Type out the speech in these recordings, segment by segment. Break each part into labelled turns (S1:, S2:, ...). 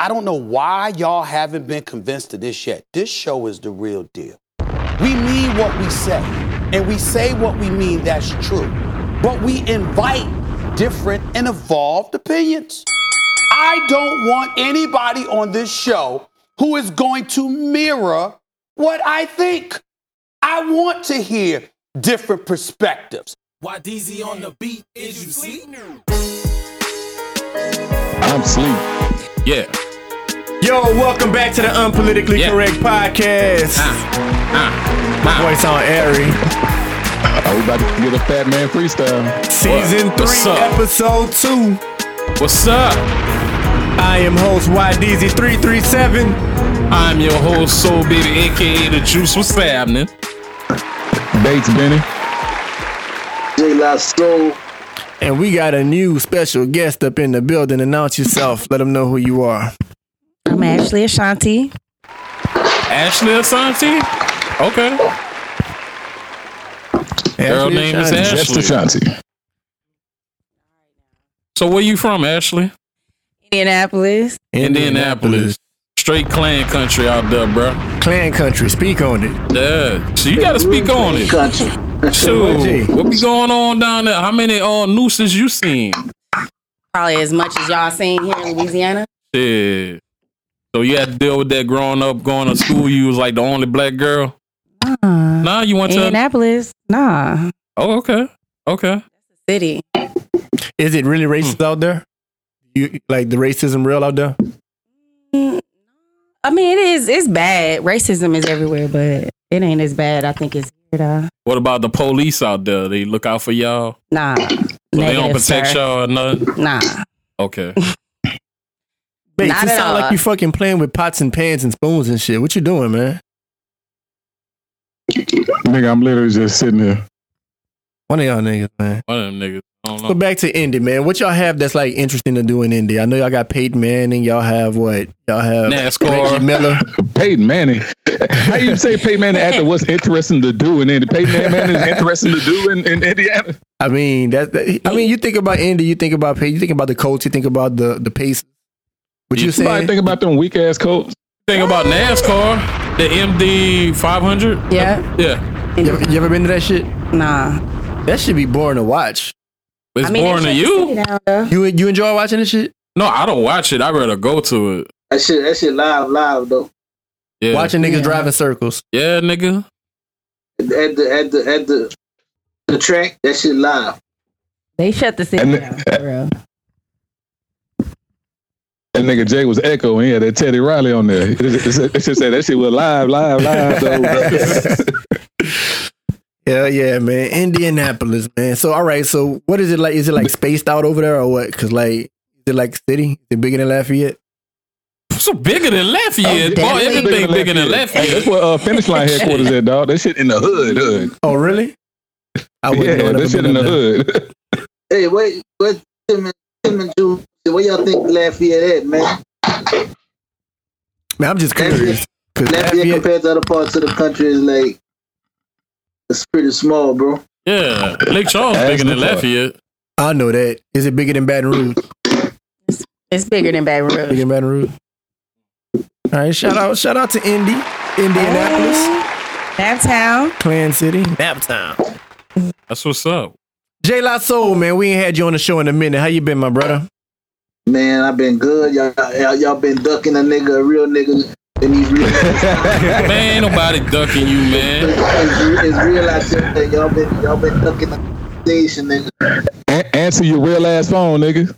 S1: I don't know why y'all haven't been convinced of this yet. This show is the real deal. We mean what we say, and we say what we mean that's true. But we invite different and evolved opinions. I don't want anybody on this show who is going to mirror what I think. I want to hear different perspectives.
S2: Why DZ on the beat is you sleep?
S3: I'm sleep.
S4: Yeah.
S5: Yo, welcome back to the Unpolitically
S4: Yeah. Ah,
S5: Correct Podcast. Voice on airy.
S3: Are we about to get a Fat Man freestyle?
S5: Season
S4: What? What's
S5: 3,
S4: up?
S5: Episode 2.
S4: What's up?
S5: I am host YDZ337.
S4: I'm your host, Soul Baby, aka The Juice. What's happening?
S3: Bates Benny.
S6: J Lasso.
S5: And we got a new special guest up in the building. Announce yourself. Let them know who you are.
S7: I'm Ashley Ashanti.
S4: Ashley Asante? Okay. Girl
S5: Ashley
S4: name is
S5: Ashanti.
S4: Ashley.
S3: Just Ashanti.
S4: So where you from, Ashley?
S7: Indianapolis.
S4: Indianapolis. Straight clan country out there, bro.
S5: Clan country. Speak on it.
S4: Yeah. So you gotta speak on it.
S6: Country.
S4: Shoot. What be going on down there? How many uh, nooses you seen?
S7: Probably as much as y'all seen here in Louisiana.
S4: Shit. So you had to deal with that growing up, going to school. You was like the only black girl. Nah, you went to.
S7: Uh, Indianapolis? Nah.
S4: Oh, okay. Okay.
S7: City.
S5: Is it really
S4: Hmm.
S5: racist out there? You like the racism real out there?
S7: I mean, it is. It's bad. Racism is everywhere, but it ain't as bad. I think it's here, though.
S4: What about the police out there? They look out for y'all.
S7: Nah.
S4: So they
S7: Negative,
S4: don't protect
S7: sir.
S4: y'all or nothing.
S7: Nah.
S4: Okay.
S5: Bates,
S7: Not
S5: it
S7: at
S5: sound
S7: all.
S5: like you fucking playing with pots and pans and spoons and shit. What you doing, man?
S3: Nigga, I'm literally just sitting here.
S5: One of y'all niggas, man.
S4: One of them niggas. I don't
S5: So
S4: know.
S5: back to Indy, man. What y'all have that's like interesting to do in Indy? I know y'all got Peyton Manning. Y'all have what? Y'all have
S4: NASCAR.
S5: Reggie Miller.
S3: Peyton Manning. How you say Peyton Manning after what's interesting to do in Indy? Peyton Manning is interesting to do in, in Indiana.
S5: I mean, that, that- I mean, you think about Indy, you think about Peyton, you think about the Colts, you think about the the Pacers. What you
S4: You
S3: Somebody
S5: saying?
S3: think about them weak ass coats.
S4: Thing about NASCAR, the MD 500.
S7: Yeah.
S4: Yeah.
S5: you, ever, you ever been to that shit?
S7: Nah.
S5: That should be boring to watch.
S4: It's
S7: I mean,
S4: boring to
S7: they
S4: you.
S7: shut the city down, though.
S5: You you enjoy watching this shit?
S4: No, I don't watch it. I rather go to it.
S6: That shit, that shit live, live though.
S4: Yeah.
S5: Watching niggas
S7: Yeah.
S5: drive in circles.
S4: Yeah, nigga.
S6: At the at the at the the track, that shit live.
S7: They shut the city
S3: And the-
S7: down, for real.
S3: That nigga Jay was echoing. He had that Teddy Riley on there. It just it just said that shit was live, live, live. Though.
S5: Yeah, yeah, man. Indianapolis, man. So, all right. So, what is it like? Is it like spaced out over there or what? Because like, is it like city? Is it bigger than Lafayette?
S4: So bigger than
S5: Oh,
S4: Lafayette.
S3: Yeah,
S4: Boy,
S3: that shit
S4: everything bigger than Lafayette.
S3: Hey, that's where uh, finish line headquarters at, dog. That shit in the hood, hood.
S5: Oh, really? I wouldn't know
S3: yeah,
S5: never
S3: that shit
S5: been
S3: in the
S5: up there.
S3: hood.
S6: Hey, wait, what Tim and Tim and June, where y'all think Lafayette at, man?
S5: Man, I'm just
S6: Lafayette-
S5: curious. 'Cause
S6: Lafayette,
S5: Lafayette-
S6: compared to other parts of the country is like it's pretty small, bro.
S4: Yeah. Lake Charles
S3: Ask
S4: bigger than
S3: the fuck.
S4: Lafayette.
S5: I know that. Is it bigger than Baton Rouge?
S7: It's bigger than Baton Rouge.
S5: bigger than Baton Rouge. All right, shout out, shout out to Indy,
S7: Oh.
S5: Indianapolis,
S7: Downtown.
S5: Clan City, Naptown.
S4: That's what's up.
S5: J La Soul, man, we ain't had you on the show in a minute. How you been, my brother?
S6: Man, I've been good. Y'all, y'all, y'all been ducking a nigga, a real nigga. And these real,
S4: Man, ain't nobody ducking you, man.
S6: it's, it's real out there that y'all been y'all been ducking the station, nigga.
S3: A- answer your real ass phone, nigga.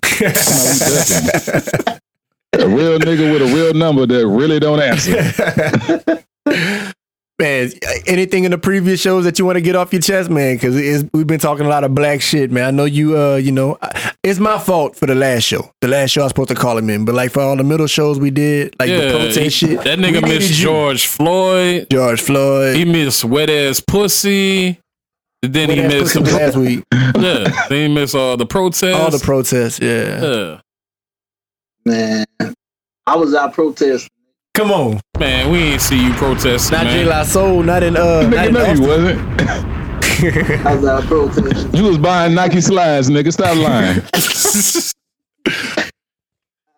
S3: a real nigga with a real number that really don't answer.
S5: Man, anything in the previous shows that you want to get off your chest, man? Because we've been talking a lot of black shit, man. I know you, uh, you know, I, it's my fault for the last show. The last show I was supposed to call him in, but like for all the middle shows we did, like the
S4: Yeah.
S5: protest shit,
S4: That
S5: we
S4: nigga
S5: needed
S4: missed
S5: you.
S4: George Floyd.
S5: George Floyd.
S4: He missed wet ass pussy. Then
S5: Wet
S4: he
S5: ass
S4: missed
S5: pussy last week.
S4: yeah. Then he missed all the protests.
S5: All the protests, yeah.
S4: yeah.
S6: Man, I was out protesting.
S5: Come on,
S4: Man, we ain't see you protesting,
S5: not J
S4: man.
S5: La Soul, not in uh, not
S3: nigga,
S5: in
S3: no, you
S5: Austin.
S3: wasn't.
S6: I was out protesting.
S3: You was buying Nike slides, nigga. Stop lying.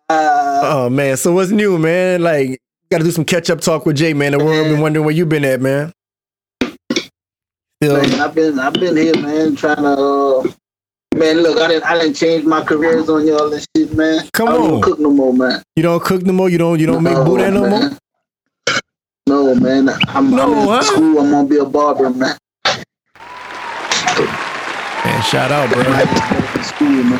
S6: I
S5: Oh man, so what's new, man? Like, got to do some catch up talk with Jay, man. The world been wondering where you been at, man. Still,
S6: Man, I've been I've been here, man, trying to. Uh, man, look, I didn't I didn't change my careers on y'all and shit, man.
S5: Come
S6: I don't
S5: on.
S6: even cook no more, man.
S5: you don't cook no more. You don't. You don't make boudin no more.
S6: man. No, man. I'm,
S5: No,
S6: I'm in
S5: huh?
S6: school. I'm gonna be a barber, man.
S5: Man, shout out, bro.
S6: I'm in school, man.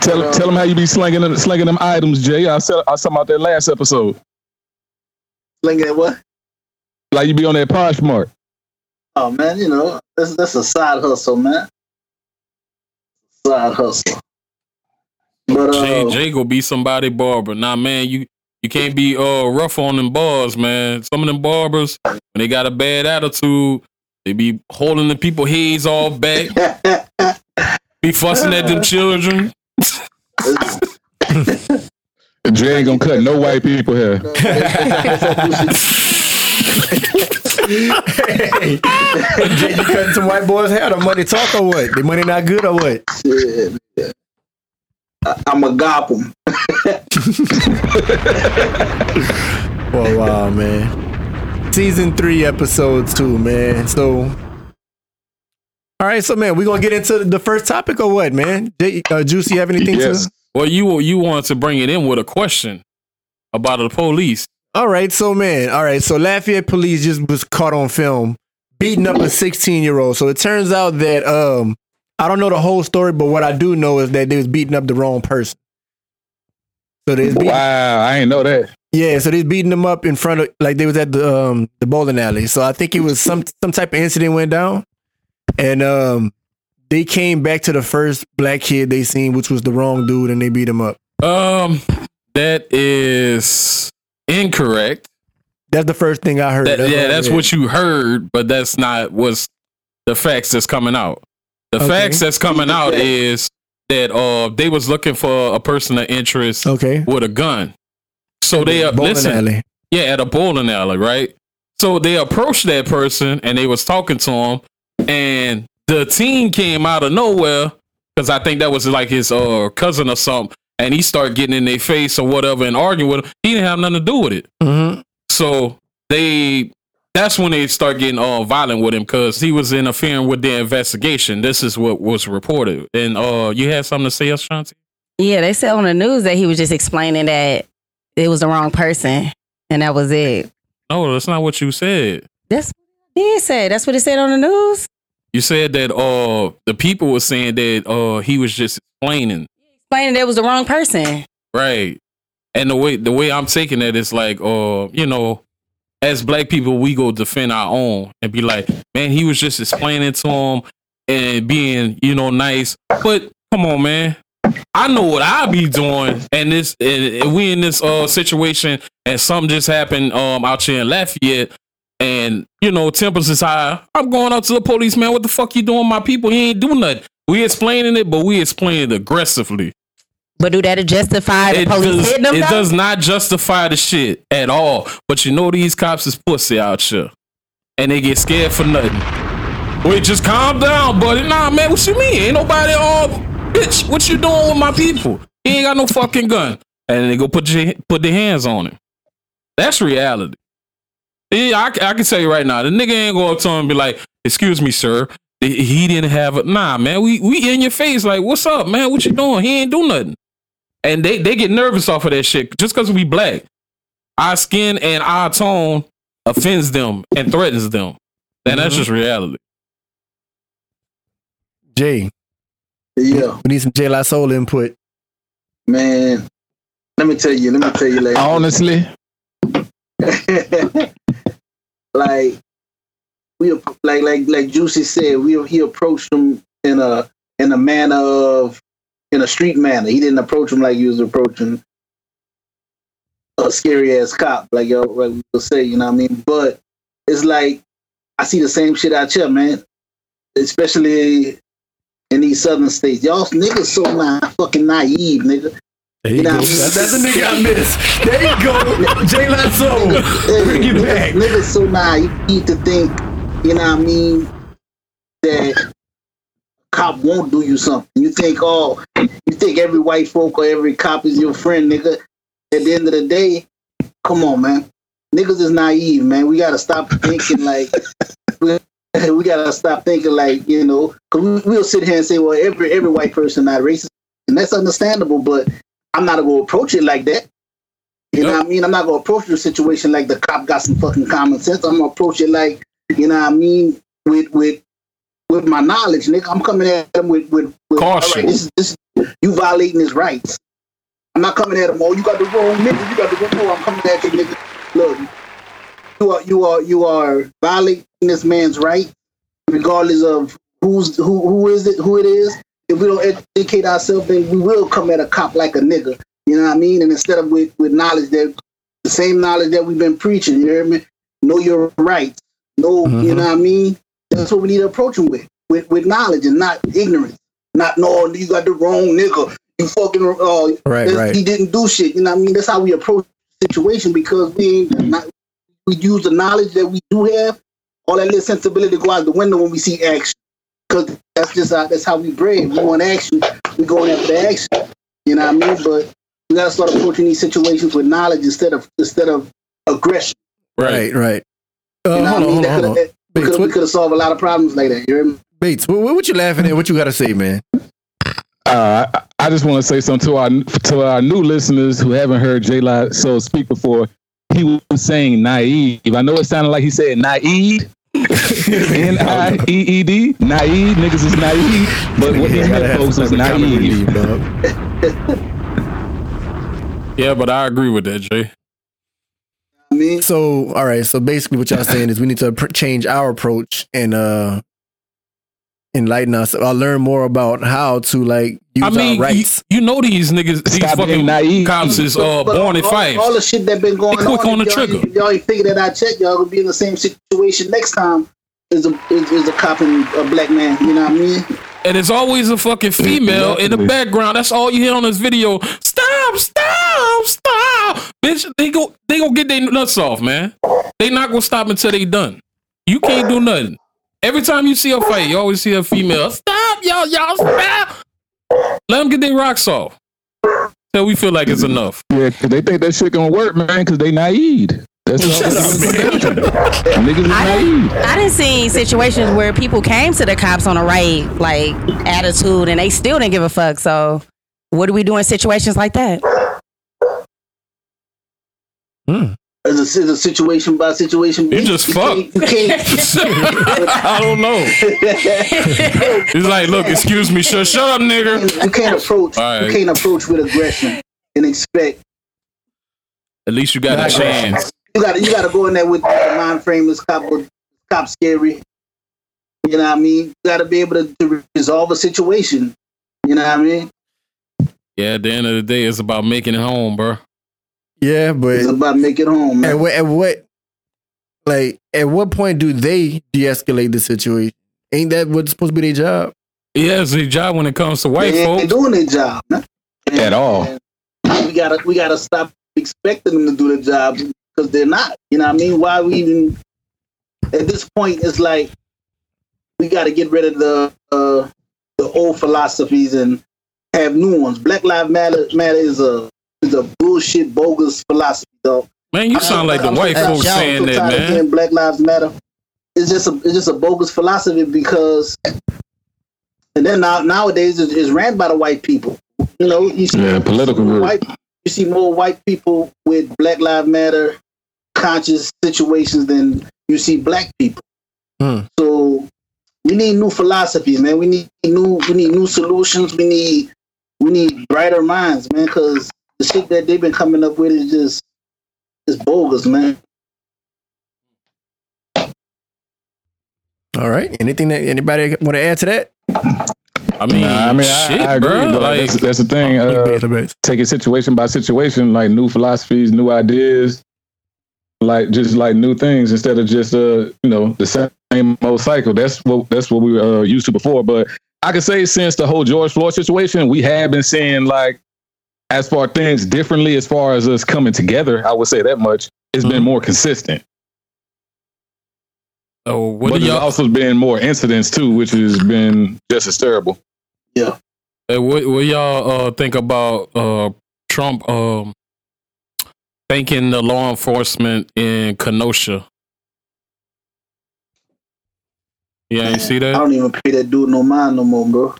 S3: Tell tell them how you be slinging them, slinging them items, Jay. I said I saw about that last episode.
S6: Slinging it, uh, what?
S3: Like you be on that Poshmark.
S6: Oh man, you know that's that's a side hustle, man. Side hustle. But
S4: Jay,
S6: uh,
S4: Jay go be somebody barber. Nah, man, you you can't be uh rough on them bars, man. Some of them barbers, when they got a bad attitude, they be holding the people heads all back, be fussing at them children.
S3: Jay ain't gonna cut no white people here.
S5: hey, Jay, you cutting some white boys' hair? The money talk or what? The money not good or what?
S6: shit. I'm a gop 'em.
S5: Oh wow, man. Season three, episode two, man. So, all right, so man, we gonna get into the first topic or what, man? Jay, uh, Juice, you have anything
S3: Yes.
S5: to?
S4: Well, you you want to bring it in with a question about the police.
S5: All right, so man, all right, so Lafayette police just was caught on film beating up a 16 year old. So it turns out that um, I don't know the whole story, but what I do know is that they was beating up the wrong person. So they was beating,
S3: Wow, I ain't know that.
S5: yeah, so they beating them up in front of like they was at the um the bowling alley. So I think it was some some type of incident went down, and um they came back to the first black kid they seen, which was the wrong dude, and they beat him up.
S4: Um, that is incorrect.
S5: That's the first thing I heard.
S4: That, yeah,
S5: I
S4: that's
S5: read.
S4: what you heard, but that's not what's the facts that's coming out. The
S5: Okay.
S4: facts that's coming out is that uh they was looking for a person of interest
S5: Okay.
S4: with a gun. So they uh,
S5: Bowling
S4: listen,
S5: alley.
S4: yeah, at a bowling alley, right? So they approached that person and they was talking to him, and the team came out of nowhere because I think that was like his uh cousin or something, and he started getting in their face or whatever and arguing with him. He didn't have nothing to do with it.
S5: Mm-hmm.
S4: So they that's when they start getting all violent with him because he was interfering with their investigation. This is what was reported. And uh you had something to say, Ashanti?
S7: Yeah, they said on the news that he was just explaining that it was the wrong person, and that was it.
S4: No, that's not what you said.
S7: That's what he said. That's what it said on the news.
S4: You said that uh the people were saying that uh he was just explaining,
S7: Explaining that it was the wrong person.
S4: right? And the way the way I'm taking that is like uh, you know, as black people we go defend our own and be like, man, he was just explaining to him and being, you know, nice. But come on, man. I know what I be doing, and this, and, and we in this uh situation, and something just happened um out here in Lafayette, and you know tempers is high. I'm going out to the police, man. What the fuck you doing, my people? He ain't do nothing. We explaining it, but we explain it aggressively.
S7: But do that justify the
S4: It,
S7: police
S4: does,
S7: hitting them?
S4: it
S7: though?
S4: does not justify the shit at all. But you know these cops is pussy out here, and they get scared for nothing. Wait, just calm down, buddy. Nah, man, what you mean? Ain't nobody all bitch. What you doing with my people? He ain't got no fucking gun, and they go put your, put their hands on him. That's reality. Yeah, I, c- I can tell you right now, the nigga ain't go up to him and be like, "Excuse me, sir." He he didn't have a nah, man. We we in your face, like, what's up, man? What you doing? He ain't do nothing, and they they get nervous off of that shit just because we black. Our skin and our tone offends them and threatens them, and
S5: Mm-hmm.
S4: that's just reality.
S5: Jay,
S6: Yeah,
S5: we need some Jay La Soul input.
S6: man. Let me tell you. Let me tell you later.
S3: Honestly,
S6: like we like like like Juicy said, we he approached him in a in a manner of in a street manner. He didn't approach him like he was approaching a scary ass cop, like y'all like we would say, you know what I mean? But it's like I see the same shit out here, man. Especially in these southern states. Y'all niggas so na fucking naive, nigga.
S5: There
S6: You know what I mean?
S5: That's, that's a nigga I missed. There you go. Jay La Soul. Bring it back.
S6: Niggas so naive to think, you know what I mean, that cop won't do you something. You think, oh, you think every white folk or every cop is your friend, nigga. at the end of the day, come on, man. Niggas is naive, man. We gotta stop thinking like we, we gotta stop thinking like you know, because we, will sit here and say, well, every every white person not racist, and that's understandable. But I'm not gonna approach it like that. You know what I mean? I'm not gonna approach the situation like the cop got some fucking common sense. I'm gonna approach it like you know what I mean with with with my knowledge, nigga. I'm coming at him with with, with
S4: Caution.
S6: all this, is- this is- you violating his rights. I'm not coming at him. Oh, you got the wrong nigga. You got the wrong. No, I'm coming at you, nigga. Look, you are you are you are violating this man's right, regardless of who's who who is it who it is. If we don't educate ourselves, then we will come at a cop like a nigga. You know what I mean? And instead of with, with knowledge that the same knowledge that we've been preaching, you hear me? Know your rights. Know you know what I mean? That's what we need to approach them with, with with knowledge and not ignorance. Not no, you got the wrong nigga. You fucking uh,
S5: Right,
S6: this-
S5: right.
S6: He didn't do shit. You know what I mean? That's how we approach the situation because we ain't not we use the knowledge that we do have. All that little sensibility go out the window when we see action because that's just how, that's how we brave. We want action. We going after the action. You know what I mean? But we gotta start approaching these situations with knowledge instead of instead of aggression.
S5: Right, right.
S6: You
S5: Uh, hold
S6: know
S5: on, hold on,
S6: what I mean?
S5: hold on.
S6: That
S5: Bates,
S6: could we
S5: what,
S6: could have solved a lot of problems like that. You hear me?
S5: Bates, what, what you laughing at? What you got to say, man?
S3: Uh, I, I just want to say something to our to our new listeners who haven't heard J. Lo so speak before. He was saying naive. I know it sounded like he said naive. N I E E D, naive niggas is naive, but what he
S5: Yeah, gotta
S3: meant,
S5: have
S3: folks, was
S5: some type of comic
S3: naive.
S5: relief, dog.
S4: Yeah, but I agree with that, Jay.
S6: I mean,
S5: So, all right. So basically, what y'all saying is we need to pr- change our approach and uh enlighten us. Or learn more about how to like use
S4: I mean,
S5: our
S4: you,
S5: rights.
S4: you know these niggas, these
S3: Stop being
S4: fucking
S3: naive.
S4: cops is uh,
S6: But
S4: born at
S6: all,
S4: five.
S6: All the shit that been going
S4: They quick on
S6: if
S4: the
S6: y'all
S4: trigger.
S6: ain't- If y'all ain't figure that out yet, y'all gonna be in the same situation next time. Is a is, is a cop and a black man. You know what I mean?
S4: And it's always a fucking female in the background. That's all you hear on this video. Stop, stop, stop. Bitch, they go they gonna get their nuts off, man. They not gonna stop until they done. You can't do nothing. Every time you see a fight, you always see a female. Stop, y'all, y'all, stop. Let them get their rocks off. Till we feel like it's enough.
S3: Yeah, 'cause they think that shit gonna work, man, because they naive. That's all niggas is
S7: I
S3: naive.
S7: didn't, I didn't see situations where people came to the cops on a right like attitude and they still didn't give a fuck. So what do we do in situations like that?
S6: It's a, it's a situation by situation.
S4: You just fuck.
S6: can't- You can't.
S4: I don't know. He's like, look, excuse me, shut, shut up, nigga.
S6: You can't approach.
S4: All right.
S6: You can't approach with aggression and expect.
S4: At least you got a chance.
S6: You gotta you gotta go in there with the mind frameless cop or cop scary. You know what I mean? You gotta be able to, to resolve a situation. You know what I mean?
S4: Yeah, at the end of the day, it's about making it home, bro.
S5: Yeah, but
S6: It's about making it home, man.
S5: at what, at what like at what point do they de-escalate the situation? Ain't that what's supposed to be their job?
S4: Yeah, it's a job when it comes to white
S6: they ain't
S4: folks.
S6: doing their job man.
S3: At all.
S6: We gotta we gotta stop expecting them to do the job because they're not. You know what I mean? Why we even at this point? It's like we gotta get rid of the uh, the old philosophies and have new ones. Black Lives Matter matter is a is a bullshit bogus philosophy, dog.
S4: Man, you sound like the
S6: I'm
S4: white
S6: so-
S4: folks
S6: I'm so
S4: saying that,
S6: tired of
S4: man.
S6: hearing Black Lives Matter. It's just a it's just a bogus philosophy because, and then now nowadays it's, it's ran by the white people. You know, you see,
S3: Yeah, political group.
S6: white, you see more white people with Black Lives Matter conscious situations than you see black people.
S5: Hmm.
S6: So we need new philosophies, man. We need new we need new solutions. We need we need brighter minds, man. Because the shit that they've been coming up with is just it's bogus, man.
S5: All right. Anything that anybody want to add to that?
S4: I mean,
S3: Nah, I mean,
S4: shit,
S3: I, I agree.
S4: bro.
S3: but
S4: Like,
S3: that's, that's the thing. Uh, take it situation by situation, like new philosophies, new ideas, like just like new things instead of just uh you know the same old cycle. That's what that's what we were uh, used to before. But I can say since the whole George Floyd situation, we have been seeing like as far things differently as far as us coming together. I would say that much. It's
S4: Mm-hmm.
S3: been more consistent,
S4: oh, what
S3: but
S4: do
S3: there's
S4: y'all?
S3: also been more incidents too, which has been just as terrible.
S4: uh, What, what y'all uh, think about uh, Trump um, thanking the law enforcement in Kenosha. Yeah, you see
S6: I
S4: that?
S6: don't even pay that dude no mind no more, bro.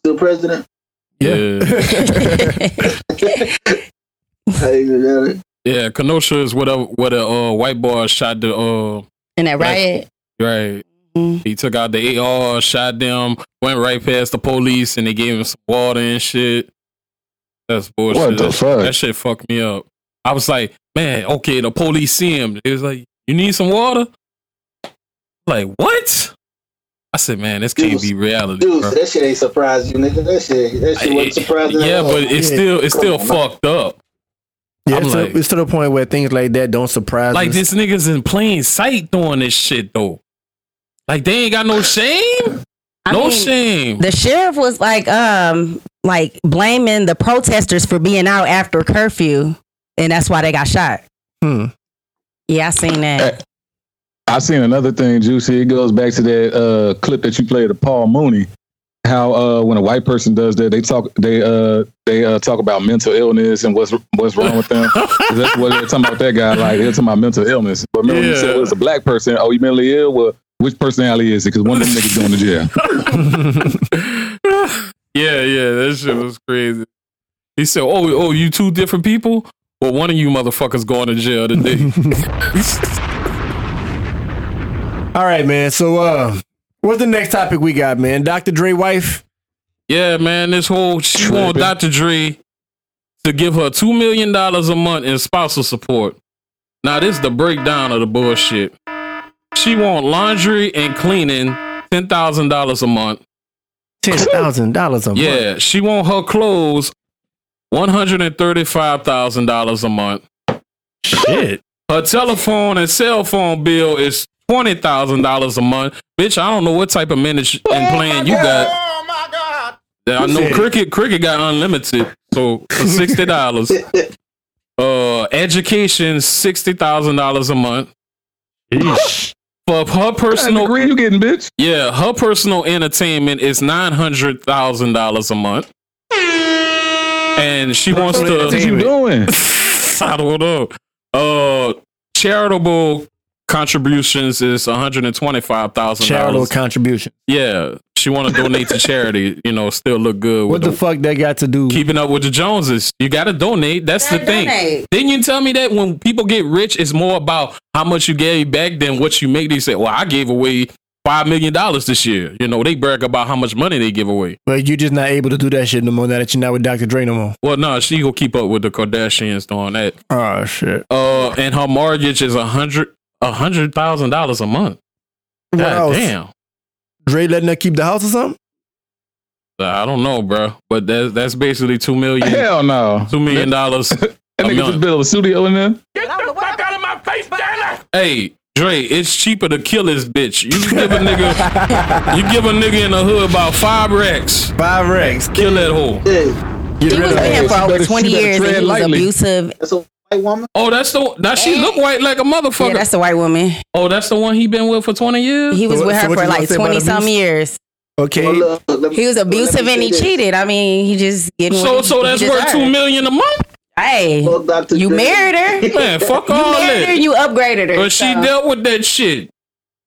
S6: Still president?
S4: Yeah.
S6: I even got it.
S4: Yeah, Kenosha is where the where the uh, white boy shot the uh
S7: In that riot.
S4: right.
S7: Mhm.
S4: He took out the AR, shot them, went right past the police, and they gave him some water and shit. That's bullshit.
S3: What the
S4: that,
S3: fuck?
S4: That shit fucked me up. I was like, man, okay, the police see him. It was like, you need some water? Like what? I said, man, this can't
S6: Dude,
S4: be reality.
S6: Dude,
S4: bro. Eh,
S6: that shit ain't surprised you, nigga. That shit, that shit wasn't surprising. at
S4: yeah,
S6: all.
S4: but it's
S5: Yeah.
S4: still it's still
S6: Come on, man.
S4: fucked up.
S5: Yeah,
S4: I'm
S5: it's,
S4: like-
S5: to, it's to the point where things like that don't surprise
S4: Like
S5: us.
S4: this niggas in plain sight doing this shit though. Like they ain't got no shame.
S7: I
S4: no
S7: mean,
S4: shame.
S7: The sheriff was like, um, like blaming the protesters for being out after curfew, and that's why they got shot.
S5: Hmm.
S7: Yeah, I seen that.
S3: I seen another thing, Juicy. It goes back to that uh, clip that you played of Paul Mooney. How uh, when a white person does that, they talk they uh, they uh, talk about mental illness and what's what's wrong with them. 'Cause That's what they're talking about. That guy, like they're talking about mental illness. But remember, when you said
S4: Yeah.
S3: it was a black person. Oh, you mentally ill? Well, which personality is it? Because one of them niggas going to jail.
S4: yeah, yeah, that shit was crazy. He said, "Oh, oh, you two different people. Well, one of you motherfuckers going to jail today."
S5: All right, man. So, uh, what's the next topic we got, man? Dr. Dre wife.
S4: yeah, man, this whole she want
S3: Tripping.
S4: Dr. Dre to give her two million dollars a month in spousal support. Now, this is the breakdown of the bullshit. She want laundry and cleaning ten thousand dollars a month.
S5: Ten thousand dollars a month.
S4: Yeah, she want her clothes one hundred and thirty-five thousand dollars a month.
S5: Shit.
S4: Her telephone and cell phone bill is twenty thousand dollars a month. Bitch, I don't know what type of manage and plan you got.
S2: Oh my God!
S4: I know cricket cricket got unlimited, so for sixty dollars. uh, education sixty thousand dollars a month. For her
S3: Personal
S4: personal,
S3: degree you getting, bitch?
S4: yeah, her personal entertainment is nine hundred thousand dollars a month, and she wants to.
S3: What you doing?
S4: I don't know. Uh, charitable contributions is one hundred and twenty-five thousand
S5: Charitable
S4: dollars.
S5: contribution.
S4: Yeah, she want to donate to charity. You know, still look good.
S5: What
S4: With
S5: the
S4: the,
S5: fuck that got to do?
S4: keeping up with the Joneses? You got to donate. That's the
S7: Gotta
S4: thing.
S7: donate.
S4: Didn't you tell me that when people get rich, it's more about how much you gave back than what you make? They say, "Well, I gave away five million dollars this year." You know, they brag about how much money they give away.
S5: But you're just not able to do that shit no more now that you're not with Dr. Dre no more.
S4: Well, no, she gonna keep up with the Kardashians doing that.
S5: Oh, shit.
S4: Uh, and her mortgage is a hundred a hundred thousand dollars a month.
S5: What
S4: God
S5: else?
S4: damn.
S5: Dre letting her keep the house or something?
S4: I don't know, bro. But that's that's basically two million
S3: Hell no.
S4: two million dollars.
S3: That
S4: I'm
S3: nigga
S4: not-
S3: just built a studio in there.
S4: hey, Dre, it's cheaper to kill this bitch. You give a nigga you give a nigga in the hood about five racks.
S5: Five racks.
S4: Kill that hoe.
S6: Yeah,
S3: Get
S7: He
S3: rid of
S7: was with
S3: that.
S7: him
S3: She
S7: for over
S3: better- she
S7: twenty
S3: better
S7: years, and
S3: tread
S7: he was
S3: lightly.
S7: abusive.
S6: that's a white woman.
S4: Oh, that's the now she look white like a motherfucker.
S7: Yeah, that's the white woman.
S4: oh, that's the one he been with for twenty years.
S7: He was
S5: So what-
S7: with her
S5: so what
S7: for
S5: you gonna
S7: like
S5: say about
S7: twenty some
S5: abuse?
S7: years.
S5: Okay.
S6: Well, look, look, let me-
S7: He was
S6: let me
S7: abusive
S6: say
S7: and he
S6: this.
S7: cheated. I mean, he just getting
S4: so
S7: what he-
S4: so
S7: he
S4: that's worth
S7: deserved.
S4: two million a month.
S7: Hey,
S6: Well, Dr.
S7: you
S6: Dre-
S7: married her. You
S4: Man, fuck all
S7: married her.
S4: that.
S7: You upgraded her.
S4: But she
S7: so.
S4: dealt with that shit.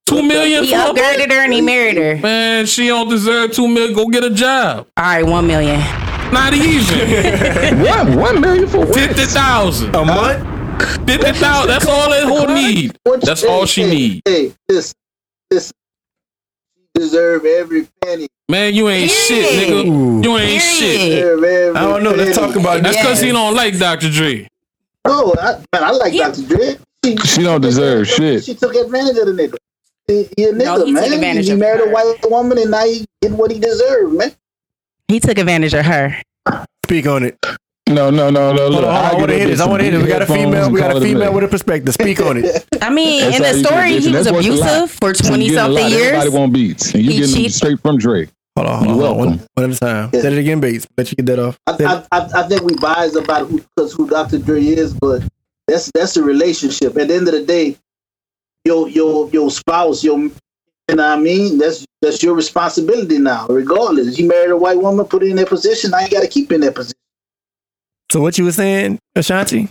S4: Two million
S7: He
S4: for a month?
S7: upgraded her and he married her.
S4: Man, she don't deserve two million. Go get a job.
S7: All right, one million.
S4: Not even.
S3: What? One million for what?
S4: Fifty thousand.
S5: a month?
S4: Fifty thousand. That's all that whole need.
S6: What you-
S4: That's
S6: hey,
S4: all she
S6: hey,
S4: need.
S6: Hey, listen, listen. She deserve every penny.
S4: Man, you ain't shit,
S7: Period.
S4: nigga. You ain't shit.
S7: Period.
S6: Deserve every
S5: I don't know. Let's
S6: penny.
S5: talk about
S4: That's
S5: this.
S4: because he don't like Dr. Dre.
S6: No, I, man, I like
S7: Yeah.
S6: Dr. Dre. She,
S3: She don't deserve shit.
S6: She took advantage of the nigga. He, he a nigga,
S7: he took
S6: man.
S7: advantage
S6: he
S7: of
S6: married
S7: her.
S6: a white woman and now he getting what he deserved, man.
S7: He took advantage of her.
S5: Speak on it.
S3: No, no, no, no.
S5: Hold
S3: Look,
S5: on, I, want to hear this. I want to hear this. We got a female. We got a female with a perspective. Speak on it.
S7: I mean,
S3: That's
S7: in
S3: all
S7: the
S3: you get,
S7: story,
S3: bitch,
S7: he
S3: and
S7: was
S3: that's worth a lot.
S7: abusive for twenty something years.
S3: Everybody want beats, and you
S7: He
S3: getting them
S7: cheat-
S3: straight from Dre.
S5: Hold on. Hold
S3: You're
S5: on. One,
S3: welcome.
S5: one at a time.
S6: Yeah.
S5: Say it again, Bates. Let you get that off.
S6: I,
S5: Say it.
S6: I, I, I think we biased about who because who Dr. Dre is, but that's that's a relationship. At the end of the day, your your your spouse, your you know what I mean, that's that's your responsibility now. Regardless, you married a white woman, put her in that position. Now you got to keep her in that position.
S5: so what you were saying, Ashanti?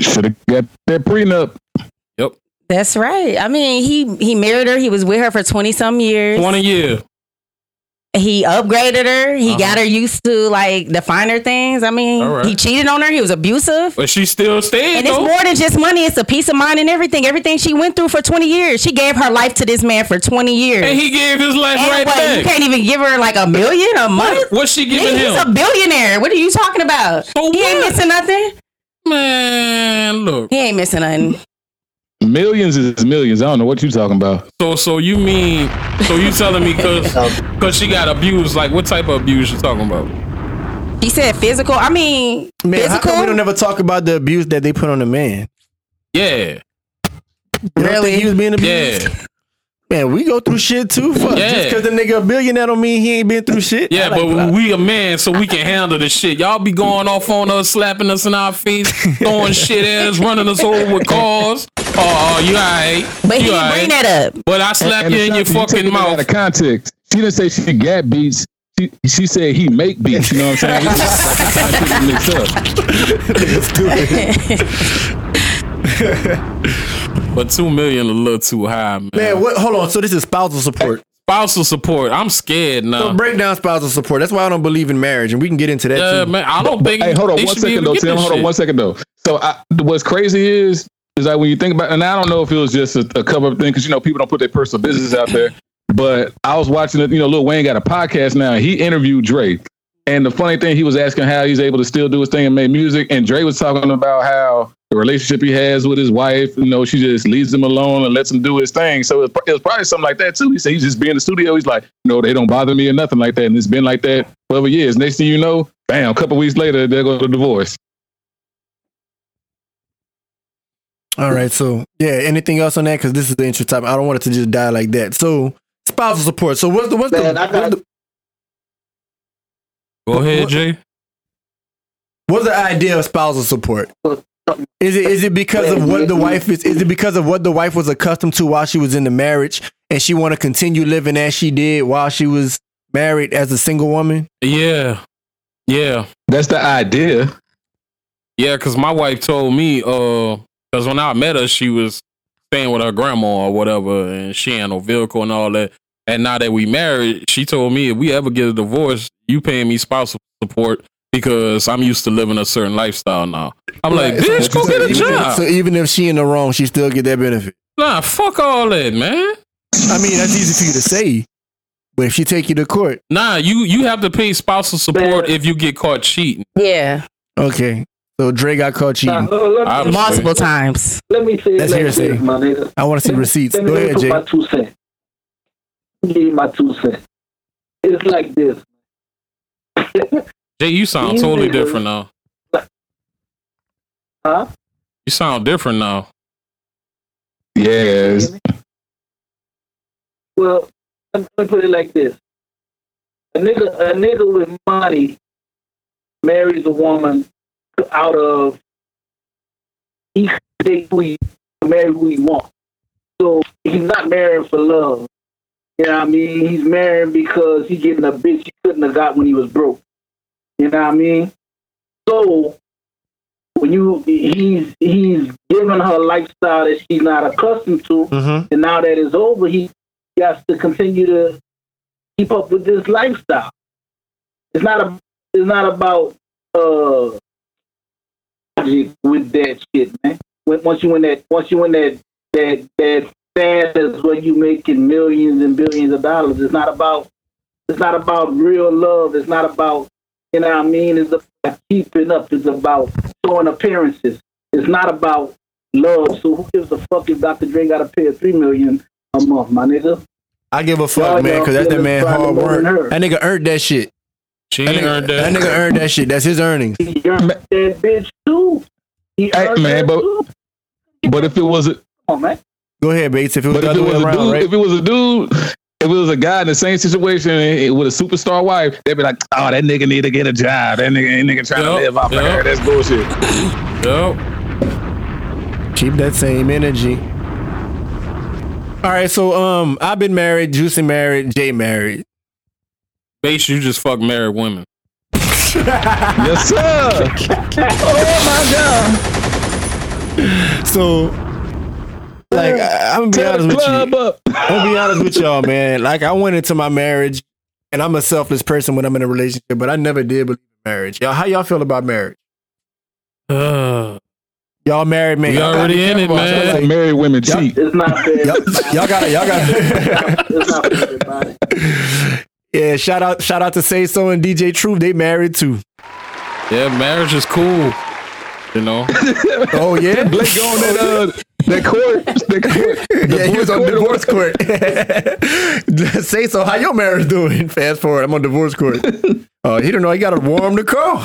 S3: Should have got that prenup.
S7: That's right. I mean, he he married her. He was with her for twenty some years.
S4: One a year.
S7: He upgraded her. He got her used to like the finer things. I mean,
S4: Uh-huh. All right.
S7: he cheated on her. He was abusive.
S4: But she still stayed
S7: And it's
S4: though.
S7: more than just money. It's a peace of mind and everything. Everything she went through for 20 years. She gave her life to this man for 20 years.
S4: and he gave his life
S7: And
S4: right
S7: what, you
S4: back.
S7: can't even give her like a million a month?
S4: What's she
S7: Nigga,
S4: giving
S7: He's a
S4: him?
S7: billionaire. What are you talking about?
S4: So
S7: he ain't
S4: what?
S7: missing nothing.
S4: Man, look.
S7: He ain't missing nothing.
S3: Millions is millions. I don't know what you talking about.
S4: So so you mean so you telling me cause cause she got abused, like what type of abuse you talking about?
S7: He said physical. I mean,
S5: Man, how come we
S7: physical.
S5: don't ever talk about the abuse that they put on the man?
S4: Yeah.
S5: You don't
S7: Really?
S5: think he was being
S4: Yeah.
S5: abused? Man, we go through shit too. Fuck.
S4: Yeah.
S5: Just because the nigga a billionaire don't mean he ain't been through shit.
S4: Yeah,
S5: I like
S4: but
S5: that.
S4: we a man, so we can handle this shit. Y'all be going off on us, slapping us in our face, throwing shit at us, running us over with cars. Oh, you alright?
S7: but he
S4: you
S7: didn't bring that up.
S4: But I slap
S3: And the
S4: you
S3: fact
S4: in your
S3: that you
S4: fucking
S3: taking it Out
S4: mouth.
S3: of context. She didn't say she got beats. She, she said he make beats. You know what I'm saying? I took it mixed up.
S4: But two million a little too high, man.
S5: man, what? Hold on. So this is spousal support.
S4: Uh. Spousal support. I'm scared now.
S5: So break down spousal support. That's why I don't believe in marriage, and we can get into that
S4: Yeah,
S5: too.
S4: man. I don't think.
S3: Hey, hold on
S4: they
S3: one
S4: should be
S3: second
S4: able
S3: though,
S4: to get
S3: Tim.
S4: this
S3: Hold on
S4: shit.
S3: one second though. So I, what's crazy is is like when you think about, and I don't know if it was just a, a cover up thing because you know people don't put their personal business out there. But I was watching it. You know, Lil Wayne got a podcast now. He interviewed Drake, and the funny thing, he was asking how he's able to still do his thing and make music. And Drake was talking about how the relationship he has with his wife. You know, she just leaves him alone and lets him do his thing. So it was, pr- it was probably something like that too. He said he's just being in the studio. He's like, no, they don't bother me or nothing like that. And it's been like that for over years. Next thing you know, bam, a couple weeks later, they go to divorce.
S5: All right. So yeah. Anything else on that? Because this is the intro topic. I don't want it to just die like that. So spousal support. So what's the what's
S8: Man,
S5: the,
S8: I got-
S5: what's the
S4: Go ahead, Jay.
S5: what's the idea of spousal support? Is it is it because of what the wife is? Is it because of what the wife was accustomed to while she was in the marriage, and she want to continue living as she did while she was married as a single woman?
S4: Yeah, yeah,
S3: That's the idea.
S4: yeah. Because my wife told me, uh, because when I met her, she was staying with her grandma or whatever, and she ain't no vehicle and all that. And now that we married, she told me if we ever get a divorce, you paying me spousal support because I'm used to living a certain lifestyle now. I'm like,
S5: Right, so-
S4: bitch, go
S5: so
S4: get a
S5: even-
S4: job.
S5: So even if she in the wrong, she still get that benefit.
S4: Nah, fuck all that, man.
S5: I mean, that's easy for you to say, but if she take you to court,
S4: Nah, you you have to pay spousal support if you get caught cheating.
S7: Yeah,
S5: okay. So Dre got caught cheating.
S8: let, me,
S4: Obviously.
S7: multiple times.
S8: let me say
S5: That's
S8: like
S5: hearsay.
S8: this, my nigga.
S5: I want to see receipts.
S8: Let me,
S5: Go
S8: let me
S5: ahead, Jay.
S8: put my two cents. Let me Give you my two cents. It's like this.
S4: Jay, you sound
S8: These
S4: totally
S8: niggas-
S4: different now.
S8: Huh?
S4: You sound different now.
S3: Yes.
S8: Well, let me put it like this: a nigga, a nigga with money marries a woman out of he can date who he marry who he wants. So he's not marrying for love. You know what I mean? He's marrying because he getting a bitch he couldn't have got when he was broke. You know what I mean? So when you he's he's giving her lifestyle that she's not accustomed to,
S5: Mm-hmm.
S8: and now that it's over, he has to continue to keep up with this lifestyle. It's not a, it's not about uh logic with that shit, man. When, once you in that, once you in that that that status where you making millions and billions of dollars, it's not about it's not about real love. It's not about you know what I mean. It's about keeping up. It's about showing appearances. It's not about love. So who gives a fuck if Dr. Dre got to pay her three million a month, my nigga?
S5: I give a fuck,
S8: Y'all
S5: man, because that's that
S8: feeling
S5: man hard
S8: probably more than her.
S5: work. That nigga earned that shit.
S4: She
S5: That
S4: ain't
S5: nigga,
S4: earned that.
S5: that nigga earned that shit. That's his earnings.
S8: He earned that bitch too. He
S3: Hey,
S8: earned
S3: man,
S8: that
S3: but-
S8: too.
S3: But if it was a,
S8: Come on, man.
S5: Go ahead, Bates. If it
S3: but
S5: was the
S3: if it
S5: other
S3: was
S5: way
S3: a
S5: around,
S3: dude,
S5: right?
S3: if it was a dude, if it was a guy in the same situation and- and with a superstar wife, they'd be like, "Oh, that nigga need to get a job. That nigga, that nigga trying
S4: Yup,
S3: to live off
S4: yup.
S3: of her. That's bullshit."
S4: Yup.
S5: Keep that same energy. All right, so um, I've been married, Juicy married, Jay married.
S4: Base, you just fuck married women.
S3: yes, sir. oh my god.
S5: So, like, I, I'm gonna be
S3: Tear
S5: honest
S3: the
S5: with you.
S3: club up.
S5: I'm gonna be honest with y'all, man. Like I went into my marriage, and I'm a selfless person when I'm in a relationship, but I never did believe in marriage. Y'all, how y'all feel about marriage?
S4: Uh,
S5: Y'all married man.
S4: we already in it, man.
S3: Like married women cheat.
S6: It's not fair.
S5: Y'all, y'all got y'all got.
S6: It's not fair, everybody.
S5: yeah, shout out shout out to Say So and DJ Truth. They married too.
S4: Yeah, marriage is cool. You know,
S5: Oh yeah,
S3: Blake go on that uh, that court. That court.
S5: yeah, he was on divorce
S3: Divorce
S5: court. Say so. How your marriage doing? Fast forward. I'm on divorce court. Oh, he don't know. He got to warm the car.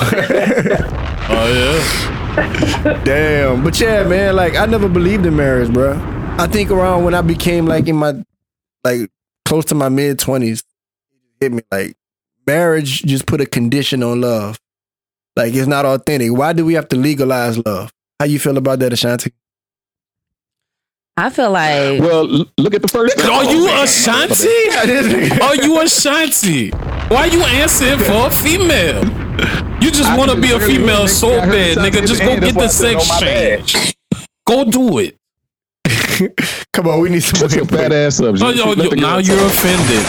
S4: oh
S5: Damn. But yeah, man, like I never believed in marriage, bro. I think around when I became like in my like close to my mid twenties, it hit me like marriage just put a condition on love. Like it's not authentic. Why do we have to legalize love? How you feel about that, Ashanti?
S7: I feel like
S3: Well, l- look at the first.
S4: yeah. Are you Ashanti? Are you Ashanti? Why you answering for a female? You just want to be a female so bad, nigga. Just go get the
S5: "Oh,
S4: sex change. Go do it.
S5: Come on, we need
S3: Put your
S5: some
S3: fat ass up.
S4: Oh,
S3: Juicy.
S4: yo,
S3: Let
S4: yo,
S3: the girl
S4: now you're
S3: talk.
S4: offended.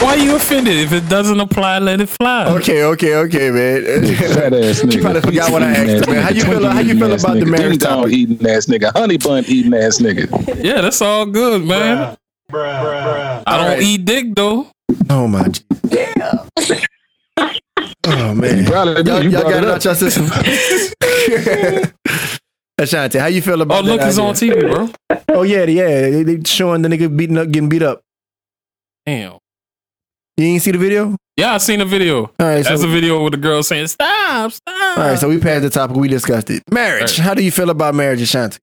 S4: Why you offended? If it doesn't apply, let it fly.
S5: Okay, okay, okay, man.
S3: Fat ass nigga.
S5: She probably forgot what I asked her, man. How you feel- how you feel about the marriage topic?
S3: eating ass nigga, honey bun eating ass nigga.
S4: Yeah, that's all good, man. I don't
S5: Alright.
S4: eat dick though.
S5: oh my G. Oh man.
S3: Probably do.
S5: Y'all,
S3: You
S5: y'all
S3: brought
S5: got
S3: it
S5: it
S3: up.
S5: out your system. Ashanti, how you feel
S4: Oh,
S5: about
S4: look,
S5: that
S4: it's on
S5: idea?
S4: TV, bro.
S5: Oh yeah, yeah. They, they showing the nigga beating up, getting beat up.
S4: Damn.
S5: You ain't see the video?
S4: Yeah, I seen the video.
S5: All right, so
S4: That's a video with the girl saying, "Stop, stop."
S5: all right, so we passed the topic. We discussed it. Marriage. How do you feel about marriage, Ashanti?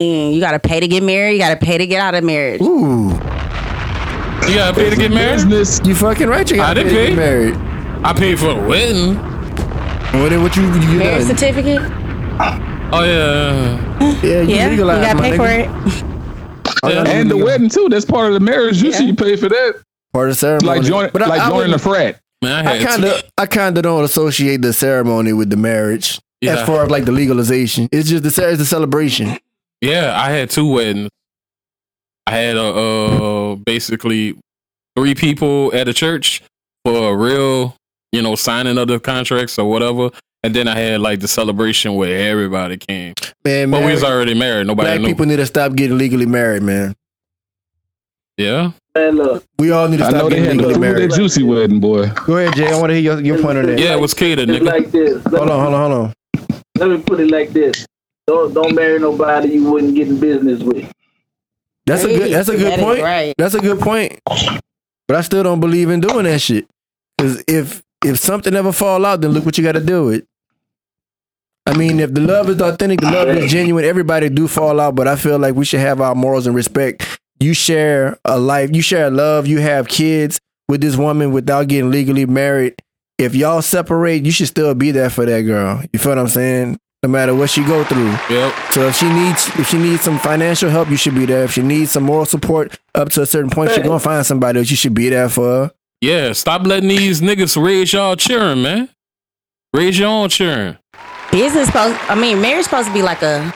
S7: mm, you gotta pay to get married. You gotta pay to get out of marriage.
S5: Ooh,
S4: you gotta pay to get married.
S3: Business.
S5: you fucking right. You
S4: I
S5: got
S4: didn't pay.
S5: get married.
S4: I paid for the wedding.
S5: What? What you? you
S7: Marriage
S5: done?
S7: certificate.
S4: Oh yeah.
S5: Yeah, you
S7: Yeah, you
S5: legalized,
S7: gotta
S5: my
S7: pay
S5: nigga.
S7: for it.
S5: Oh, no, no,
S3: And the
S5: legal-
S3: wedding too. That's part of the marriage. You see, you pay for that.
S5: part of the ceremony.
S3: Like joining,
S5: But I-
S3: like
S5: I
S3: joining
S5: wouldn't-
S3: the frat.
S4: Man, I
S5: I
S4: had
S5: kind
S4: to.
S5: of, I kind of don't associate the ceremony with the marriage. As
S4: Yeah.
S5: far as like the legalization, it's just the ce- it's the celebration.
S4: Yeah, I had two weddings. I had a uh, basically three people at a church for a real, you know, signing of the contracts or whatever, and then I had like the celebration where everybody came.
S5: Man,
S4: But we was
S5: marriage-
S4: already married. Nobody
S5: black
S4: knew.
S5: people need to stop getting legally married, man.
S4: yeah.
S6: Man, look,
S5: We all need to
S3: I know
S5: stop
S3: they
S5: getting
S3: had the
S5: legally married.
S3: that juicy wedding, boy.
S5: Go ahead, Jay. I want to hear your, your point on that.
S4: Yeah, it was catered,
S6: it's
S4: nigga.
S6: like this. Let,
S5: Hold on, hold on, hold on.
S6: let me put it like this. Don't don't marry nobody you wouldn't get in business with.
S5: That's a good. That's a good
S7: That is
S5: point.
S7: Right.
S5: That's a good point. But I still don't believe in doing that shit. Cause if if something ever fall out, then look what you got to do with. I mean, if the love is authentic, the love is genuine. Everybody do fall out, but I feel like we should have our morals and respect. You share a life, you share love, you have kids with this woman without getting legally married. If y'all separate, you should still be there for that girl. You feel what I'm saying? No matter what she go through.
S4: Yep.
S5: So if she needs if she needs some financial help, you should be there. If she needs some moral support up to a certain point, she's gonna find somebody else. You should be there for her.
S4: Yeah, stop letting these niggas raise y'all cheering, man. Raise your own cheering.
S7: Business supposed. I mean, marriage supposed to be like a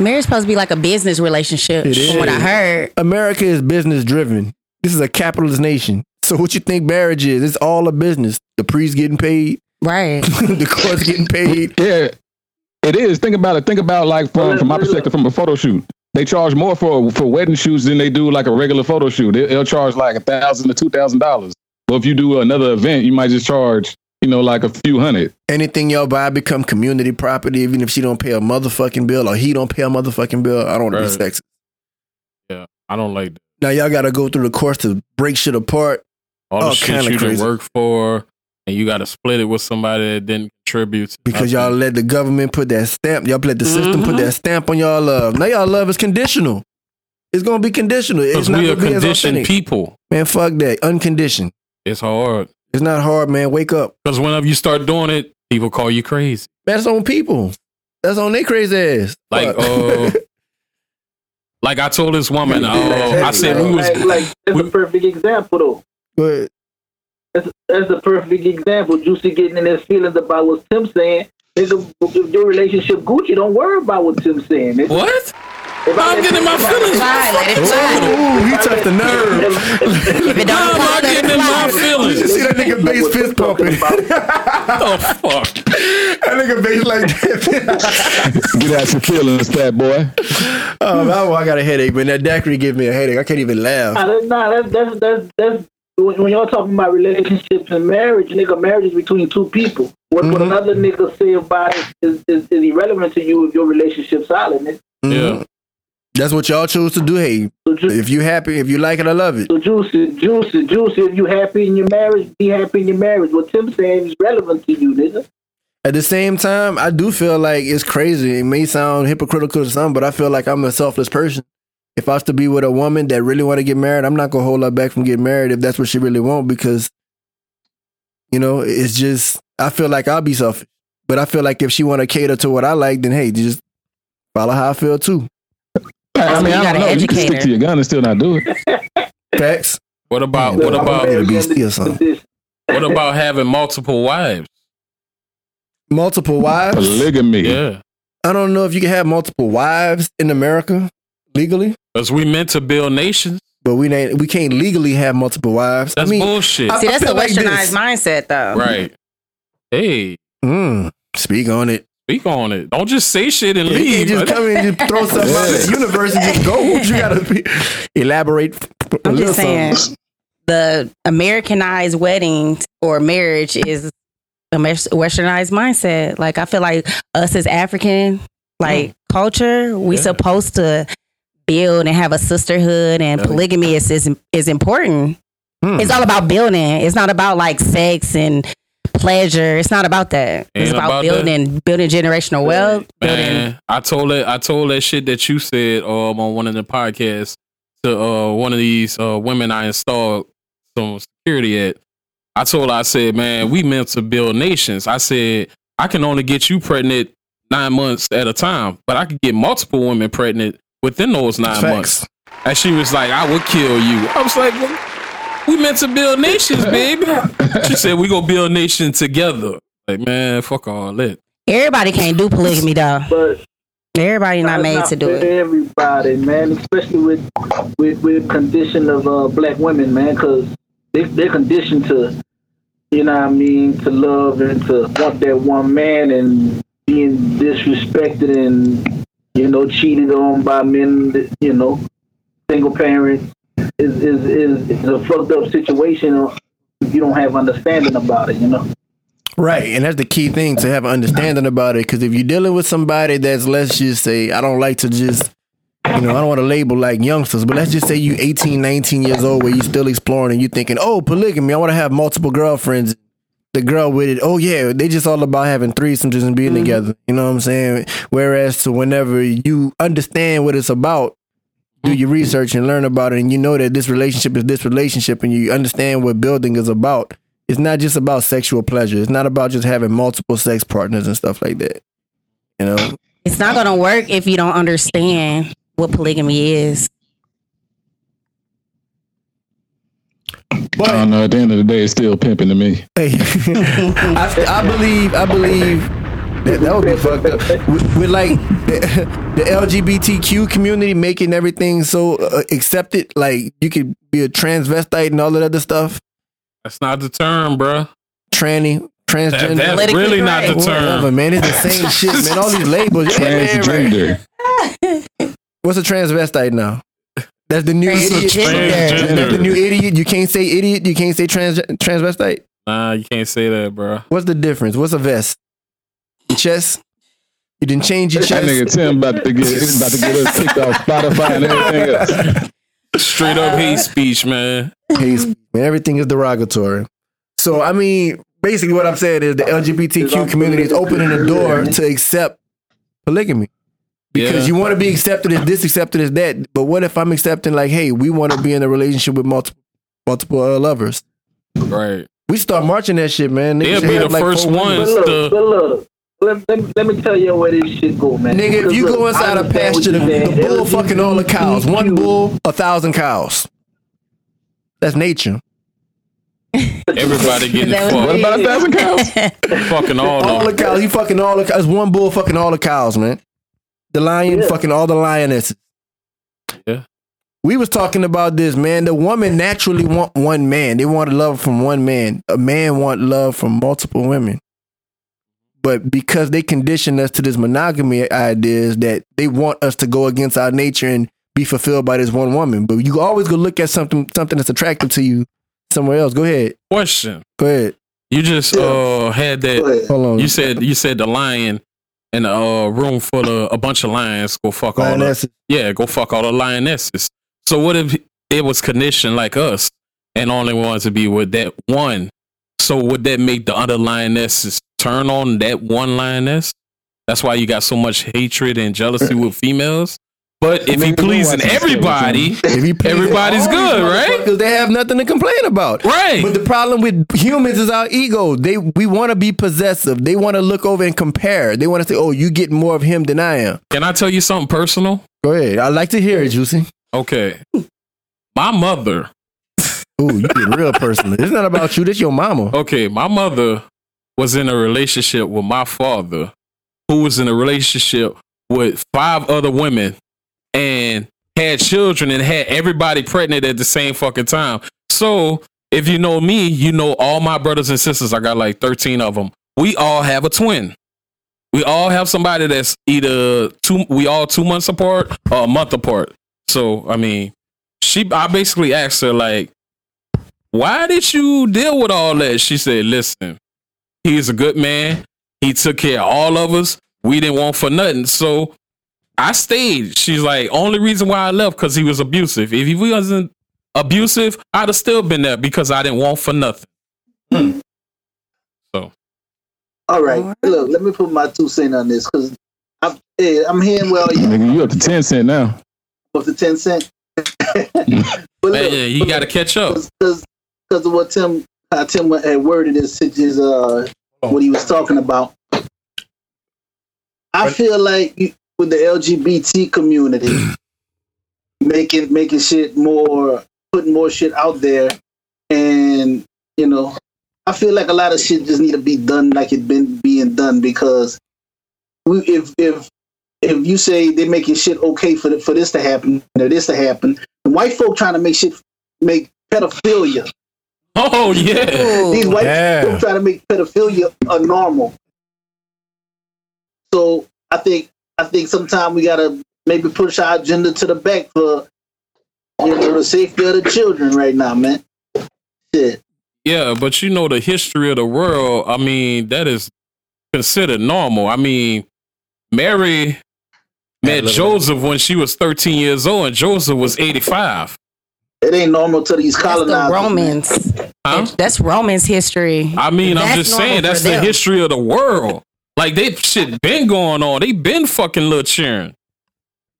S7: marriage supposed to be like a business relationship.
S5: It
S7: From what I
S5: is.
S7: heard.
S5: America is business driven. This is a capitalist nation. So what you think marriage is? It's all a business. The priest getting paid,
S7: Right.
S5: the court's getting paid.
S3: Yeah, it is. Think about it. Think about like from, from my perspective, from a photo shoot. They charge more for for wedding shoots than they do like a regular photo shoot. They, will charge like a thousand to two thousand dollars. But if you do another event, you might just charge you know like a few hundred.
S5: Anything y'all buy become community property, even if she don't pay a motherfucking bill or he don't pay a motherfucking bill. I don't wanna
S4: Right.
S5: be sexist.
S4: I don't like that.
S5: Now y'all gotta go through the course to break shit apart.
S4: all the
S5: Oh,
S4: shit
S5: kinda
S4: you didn't
S5: crazy.
S4: work for, and you got to split it with somebody that didn't contribute. to
S5: Because y'all
S4: nothing.
S5: let the government put that stamp, y'all let the system put
S4: Mm-hmm.
S5: that stamp on y'all love. Now y'all love is conditional. It's gonna be conditional. It's
S4: Because
S5: not
S4: we
S5: gonna
S4: are
S5: be as
S4: conditioned
S5: authentic.
S4: people.
S5: man, fuck that. Unconditioned.
S4: It's hard.
S5: It's not hard, man. Wake up.
S4: Because whenever you start doing it, people call you crazy.
S5: That's on people. That's on they crazy ass.
S4: Like,
S5: Fuck.
S4: uh, like I told this woman, oh, I said we was.
S6: like, like that's
S4: we-
S6: a perfect example though.
S5: but
S6: That's a perfect example. Juicy getting in his feelings about what Tim saying. Nigga, if your relationship Gucci, don't worry about what Tim's saying. nigga.
S4: What?
S6: If I
S4: I'm
S6: let
S4: getting
S6: you-
S4: my feelings.
S7: Fly, let it fly.
S5: Ooh, he touched the nerve.
S6: if- if-
S7: If it
S4: How
S7: don't
S4: am I
S7: fly, let
S4: getting
S7: it
S4: in my
S7: fly.
S5: You should
S4: feelings?
S5: see that nigga bass fist pumping. that
S4: Oh fuck.
S5: nigga bass like that.
S3: Get out your feelings, fat boy.
S5: oh, wow, I got a headache, man. That daiquiri give me a headache. I can't even laugh.
S8: Uh,
S6: Nah, that's not. That's that's that's that's when, when y'all talking about relationships and marriage, nigga. Marriage is between two people. What
S4: Mm-hmm.
S6: what another nigga say about it is, is, is irrelevant to you if your relationship's solid. Nigga.
S5: Mm-hmm.
S4: Yeah.
S5: That's what y'all chose to do. Hey,
S6: So just.
S5: if you happy, if you like it, I love it.
S6: So juicy, juicy, juicy. If you happy in your marriage, be happy in your marriage. What Tim saying is relevant to you, nigga.
S5: At the same time, I do feel like it's crazy. It may sound hypocritical to some, but I feel like I'm a selfless person. If I was to be with a woman that really want to get married, I'm not gonna hold her back from getting married if that's what she really want because, you know, it's just I feel like I'll be selfish. But I feel like if she want to cater to what I like, then hey, just follow how I feel too.
S3: I,
S7: So
S3: mean,
S7: you
S3: I
S7: gotta
S3: don't know. You can
S7: educate
S3: stick
S7: her.
S3: to your gun and still not do it.
S5: Facts.
S4: What about what
S5: Yeah.
S4: about
S5: Better be still something.
S4: what about having multiple wives?
S5: Multiple wives.
S3: Polygamy.
S4: Yeah.
S5: I don't know if you can have multiple wives in America legally,
S4: Because we meant to build nations.
S5: but we ain't we can't legally have multiple wives.
S4: That's
S5: I mean,
S4: bullshit.
S5: I-
S7: See, that's a
S5: feel like this.
S7: westernized mindset, though.
S4: right. Hey,
S5: mm, speak on it.
S4: speak on it. Don't just say shit and
S5: You
S4: leave.
S5: can't just
S4: brother.
S5: come in and just throw stuff out in the universe and just go. You gotta be, elaborate. a
S7: I'm
S5: little
S7: just saying,
S5: something.
S7: the Americanized wedding or marriage is a mes- westernized mindset. Like I feel like us as African like culture, we
S4: Yeah.
S7: supposed to build and have a sisterhood and
S4: Hell yeah.
S7: polygamy is is, is important.
S5: Hmm.
S7: It's all about building. It's not about like sex and pleasure. It's not about that.
S4: Ain't
S7: it's about,
S4: about that.
S7: building building generational wealth. Building
S4: Man, I told that I told that shit that you said um on one of the podcasts to uh one of these uh women I installed some security at. I told her I said, man, we meant to build nations. I said I can only get you pregnant nine months at a time, but I could get multiple women pregnant within those nine months.
S5: Facts.
S4: And she was like, I would kill you. I was like, well, we meant to build nations, baby. she said, we gonna build nation together. Like, man, fuck all that.
S7: everybody can't do polygamy though.
S6: But
S7: Everybody
S6: That's
S7: not made to do
S6: for
S7: it.
S6: Everybody, man, especially with with with condition of uh, black women, man, because they they're conditioned to, you know, what I mean, to love and to want that one man and being disrespected and you know cheated on by men, that, you know, single parents is is is, is a fucked up situation. If you don't have understanding about it, you know.
S5: Right, and that's the key thing to have an understanding about it. Because if you're dealing with somebody that's, let's just say, I don't like to just, you know, I don't want to label like youngsters, but let's just say you 18, 19 years old, where you're still exploring and you're thinking, oh, polygamy, I want to have multiple girlfriends. The girl with it, oh yeah, they just all about having threesomes and being together. You know what I'm saying? Whereas to whenever you understand what it's about, do your research and learn about it, and you know that this relationship is this relationship, and you understand what building is about. It's not just about sexual pleasure. It's not about just having multiple sex partners and stuff like that. You know,
S7: It's not gonna work if you don't understand what polygamy is.
S3: I don't know. At the end of the day, it's still pimping to me.
S5: Hey, I, I believe, I believe that, that would be fucked up. With, with like the, the LGBTQ community making everything so uh, accepted, like you could be a transvestite and all that other stuff,
S4: That's not the term, bruh.
S5: tranny,
S4: That,
S5: transgender.
S4: that's
S7: Politically
S4: really not the
S7: correct.
S5: Whatever,
S4: term.
S5: man. It's the same shit, man. All these labels. Yeah, man, right.
S3: Transgender.
S5: What's a transvestite now? That's the new
S7: Transgender.
S5: idiot.
S4: Transgender.
S5: That's the new idiot. You can't say idiot. You can't say trans transvestite.
S4: Nah, you can't say that, bruh.
S5: What's the difference? What's a vest? Your chest. You didn't change your
S3: That
S5: chest.
S3: nigga Tim about to get he's about to get us kicked off Spotify and everything else.
S4: Straight up hate speech, man.
S5: Case, man, everything is derogatory. So I mean, basically, what I'm saying is the LGBTQ community is opening the door to accept polygamy. Because
S4: yeah.
S5: you want to be accepted as this, accepted as that. But what if I'm accepting like, hey, we want to be in a relationship with multiple multiple uh, lovers?
S4: right.
S5: We start marching that shit, man. Niggas
S4: They'll
S5: should
S4: be the
S5: have, like,
S4: first
S5: four weeks.
S4: ones
S6: But
S4: to.
S6: look, but look. Let, let, let me tell you where this shit go, man.
S5: Nigga, if
S6: Because
S5: you
S6: look,
S5: go inside
S6: I
S5: a
S6: understand
S5: pasture,
S6: what
S5: the,
S6: you're saying.
S5: the bull fucking all the cows. One
S6: LGBTQ.
S5: bull, a thousand cows. That's nature.
S4: Everybody getting
S7: That
S4: fucked.
S3: What
S7: was-
S3: about a thousand cows?
S4: Fucking all
S5: all
S4: of
S5: the
S4: them.
S5: cows. He fucking all the cows. One bull fucking all the cows, man. The lion
S6: Yeah.
S5: fucking all the lionesses.
S4: Yeah.
S5: We was talking about this, man. The woman naturally want one man. They want love from one man. A man want love from multiple women. But because they conditioned us to this monogamy ideas that they want us to go against our nature and be fulfilled by this one woman. But you always go look at something something that's attractive to you somewhere else. Go ahead.
S4: Question.
S5: Go ahead.
S4: You just uh had that
S6: But
S5: Hold on.
S4: You said you said the lion in a uh, room full of a bunch of lions go fuck all the,
S5: Lioness.
S4: yeah go fuck all the lionesses. So what if it was conditioned like us and only wanted to be with that one? So would that make the other lionesses turn on that one lioness? That's why you got so much hatred and jealousy with females. But if he
S3: Nigga, don't
S4: pleasing
S3: watch this shit,
S4: everybody,
S5: If you please-
S4: Everybody's
S5: all
S4: good,
S5: these
S4: right?
S5: motherfuckers, They have nothing to complain about.
S4: Right.
S5: But the problem with humans is our ego. They we want to be possessive. They want to look over and compare. They want to say, "Oh, you get more of him than I am."
S4: can I tell you something personal?
S5: Go ahead. I like to hear it, Juicy.
S4: Okay, my mother
S5: Ooh, you get real personal. It's not about you. This your mama.
S4: okay, my mother was in a relationship with my father, who was in a relationship with five other women and had children and had everybody pregnant at the same fucking time. So, if you know me, you know all my brothers and sisters, I got like 13 of them. We all have a twin. We all have somebody that's either two, we all two months apart or a month apart. So, I mean, she, I basically asked her, like, why did you deal with all that? She said, listen, he's a good man. He took care of all of us. We didn't want for nothing. So I stayed. She's like, only reason why I left because he was abusive. If he wasn't abusive, I'd have still been there because I didn't want for nothing.
S6: all right, look, let me put my two cents on this because I'm, eh, I'm hearing well you
S3: Nigga, you up to ten cent now.
S6: up to ten cent. but
S4: Yeah,
S6: look,
S4: yeah, you got to catch up.
S6: because because of what Tim uh, Tim had worded is such as uh what he was talking about. I feel like you, with the LGBT community making making shit more putting more shit out there, and you know, I feel like a lot of shit just need to be done like it been being done because we if if if you say they're making shit okay for the, for this to happen or this to happen, and white folk trying to make shit make pedophilia.
S4: Oh, yeah.
S6: These white
S5: Oh, yeah.
S6: people try to make pedophilia a normal. So I think I think sometimes we gotta maybe push our agenda to the back for you know the safety of the children right now, man. Shit.
S4: Yeah, but you know the history of the world. I mean, that is considered normal. I mean, Mary met Joseph when she was 13 years old, and Joseph was 85.
S6: It ain't normal to these
S7: That's the
S6: colonizers. man.
S7: Romans.
S4: Huh?
S7: That's Romans history.
S4: I mean, I'm
S7: That's
S4: just
S7: normal
S4: saying
S7: for
S4: that's the
S7: them.
S4: history of the world. Like they shit been going on. They been fucking little cheering.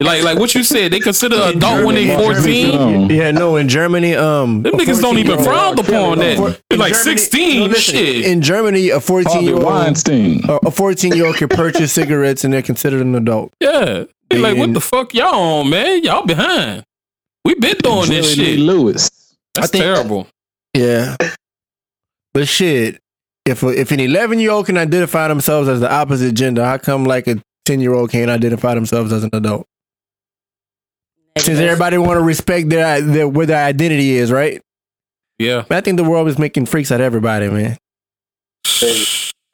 S4: Like like what you said, they consider adult when they 14.
S3: Um,
S5: Yeah, no. In Germany, um,
S4: Them niggas don't even frown upon
S5: For-
S4: that. They're
S5: in
S4: like
S5: Germany-
S4: 16
S5: no, listen,
S4: shit.
S5: In Germany, a fourteen
S3: Harvey
S5: year old
S3: Weinstein.
S5: a fourteen year old can purchase cigarettes and they're considered an adult.
S4: Yeah. They like what
S5: in-
S4: the fuck y'all on, man? Y'all behind. We been doing this
S3: Jerry Lee
S4: shit.
S3: Lewis.
S4: That's
S5: I think-
S4: terrible.
S5: Yeah. But shit, if if an 11 year old can identify themselves as the opposite gender, how come like a 10 year old can't identify themselves as an adult? Since everybody want to respect their, their where their identity is, right?
S4: Yeah.
S5: But I think the world is making freaks out of everybody, man.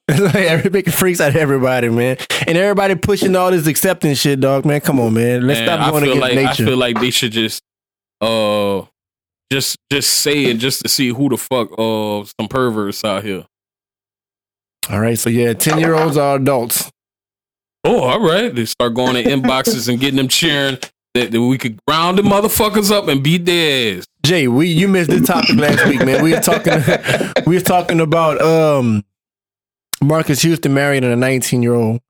S5: like every making freaks out of everybody, man. And everybody pushing all this acceptance shit, dog, man. Come on, man. Let's
S4: And
S5: stop
S4: I
S5: going
S4: feel
S5: against
S4: like I
S5: nature.
S4: feel like they should just uh just just say it just to see who the fuck uh some perverts out here.
S5: all right, so yeah, 10 year olds are adults.
S4: Oh, all right. They start going in inboxes and getting them cheering that, that we could ground the motherfuckers up and beat their ass.
S5: Jay, we you missed the topic last week, man. We were talking we were talking about um Marcus Houston marrying a 19 year old.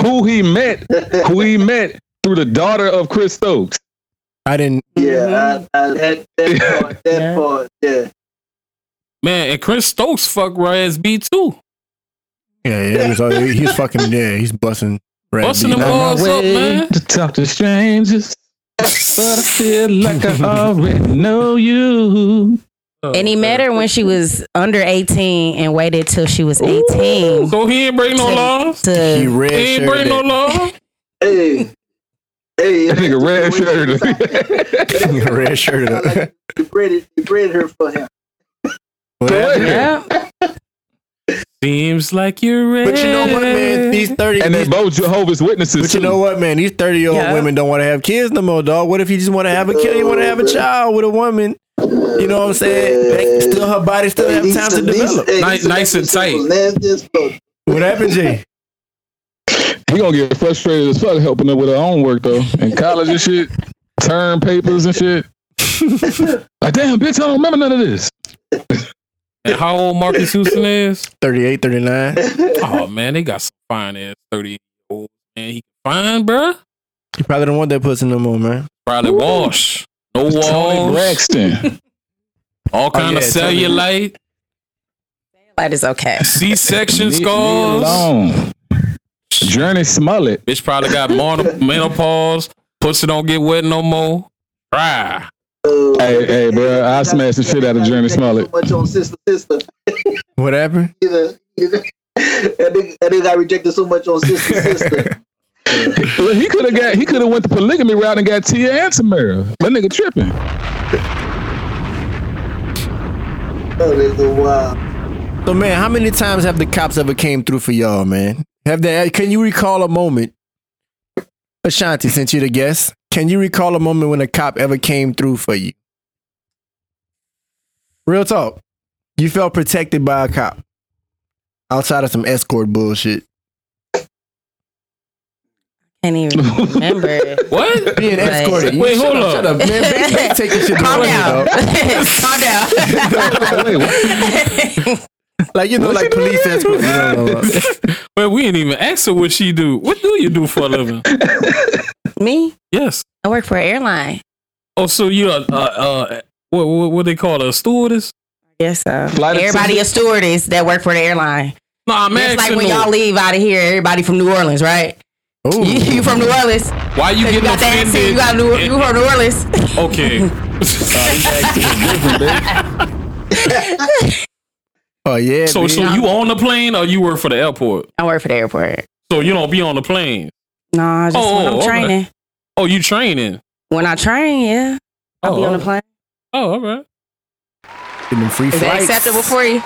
S3: Who he met, who he met through the daughter of Chris Stokes.
S5: I didn't Mm-hmm.
S6: Yeah, I, I, that, that part, that part, yeah.
S4: Man, and Chris Stokes fuck Raz B too.
S5: Yeah, yeah, he was, all- he was fucking yeah, he's busting Brad
S4: Busting
S5: Beat.
S4: them
S5: Nah,
S4: all up,
S3: way
S4: man.
S3: To talk to strangers. But I feel like I already know you.
S7: And
S4: Uh,
S7: he met her when she was under 18 and waited till she was 18
S4: So he ain't break no laws.
S5: He
S7: to
S5: red
S4: He ain't
S5: shirted
S4: break no
S5: it.
S4: law.
S6: Hey, hey,
S3: That nigga red
S5: He red shirted it.
S6: you bred, you bred her for him.
S5: But
S7: Yep.
S4: Seems like you're ready.
S5: you know what, man? These thirty,
S3: And they
S5: these,
S3: both Jehovah's Witnesses.
S5: but you
S3: too.
S5: know what, man? These thirty year old
S7: Yeah.
S5: women don't want to have kids no more, dog. What if you just want to have a kid? You want to have a child with a woman? You know what I'm saying? They- still, her body still have time to develop.
S4: Nice- nice and tight.
S5: What happened, Jay?
S3: He gonna get frustrated as fuck helping her with her own work though, in college and shit, term papers and shit. like damn, bitch, I don't remember none of this.
S4: And how old Marcus Houston is?
S5: 38, 39.
S4: Oh man, they got some fine ass thirty old man. He fine, bruh.
S5: You probably don't want that pussy no more, man.
S4: Probably wash, no
S3: Tony
S4: walls,
S3: Braxton.
S4: all kind of
S5: yeah, Tony.
S4: cellulite,
S7: That is okay.
S4: C-section
S3: Leave me
S4: scars.
S3: alone. Journey Smollett.
S4: Bitch probably got mon- menopause. Pussy don't get wet no more. Cry.
S3: Hey, hey, bro, I smashed the shit out of Journey Smollett.
S6: So much on sister, sister.
S5: What happened?
S6: You know, you know. That nigga, that nigga got rejected so much on sister, sister.
S3: Well, he could have got, he could have went the polygamy route and got Tia and Tamara. That nigga tripping.
S6: That nigga wild.
S5: So, man, how many times have the cops ever came through for y'all, man? Have they? Can you recall a moment? Ashanti, since you're the guest, can you recall a moment when a cop ever came through for you? Real talk. You felt protected by a cop outside of some escort bullshit.
S7: Can't even remember.
S4: What?
S5: Being
S7: Right.
S5: escorted. You
S4: Wait,
S5: shut
S4: hold
S5: up,
S4: up.
S5: Shut up, man. Back- back taking shit to
S7: Calm
S5: the
S7: down.
S5: limit, dog.
S7: Calm down.
S3: Wait, what?
S5: Like, you know, like police escort. You know, uh,
S4: Well, we ain't even ask her what she do. What do you do for a living?
S7: Me?
S4: Yes.
S7: I work for an airline.
S4: Oh, so you are uh, uh what, what what they call her, a stewardess?
S7: Yes, so.
S3: Flight
S7: uh, Everybody a stewardess that work for the airline.
S4: Nah, I'm
S7: It's
S4: asking
S7: like when
S4: her,
S7: y'all leave out of here, everybody from New Orleans, right?
S5: ooh.
S7: You, you from New Orleans?
S4: why you
S7: You,
S4: getting
S7: got that accent.
S4: offended?
S7: You got New.
S4: and-
S7: You from New Orleans?
S4: okay.
S5: Oh, yeah.
S4: so so
S5: bitch.
S4: you on the plane or you work for the airport?
S7: I work for the airport.
S4: So you don't be on the plane.
S7: No, I just
S4: Oh,
S7: when I'm
S4: okay.
S7: training.
S4: Oh, you training?
S7: When I train, yeah, I'll
S4: Oh,
S7: be on the
S4: oh.
S7: plane.
S4: Oh, all right.
S5: Getting them free
S7: Is that
S5: flights.
S7: acceptable for you?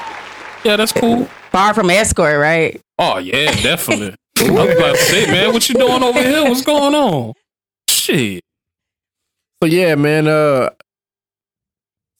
S4: Yeah, that's cool.
S7: Far from escort, right?
S4: Oh yeah, definitely. I was about to say, man, what you doing over here? What's going on? Shit.
S5: So yeah, man. Uh,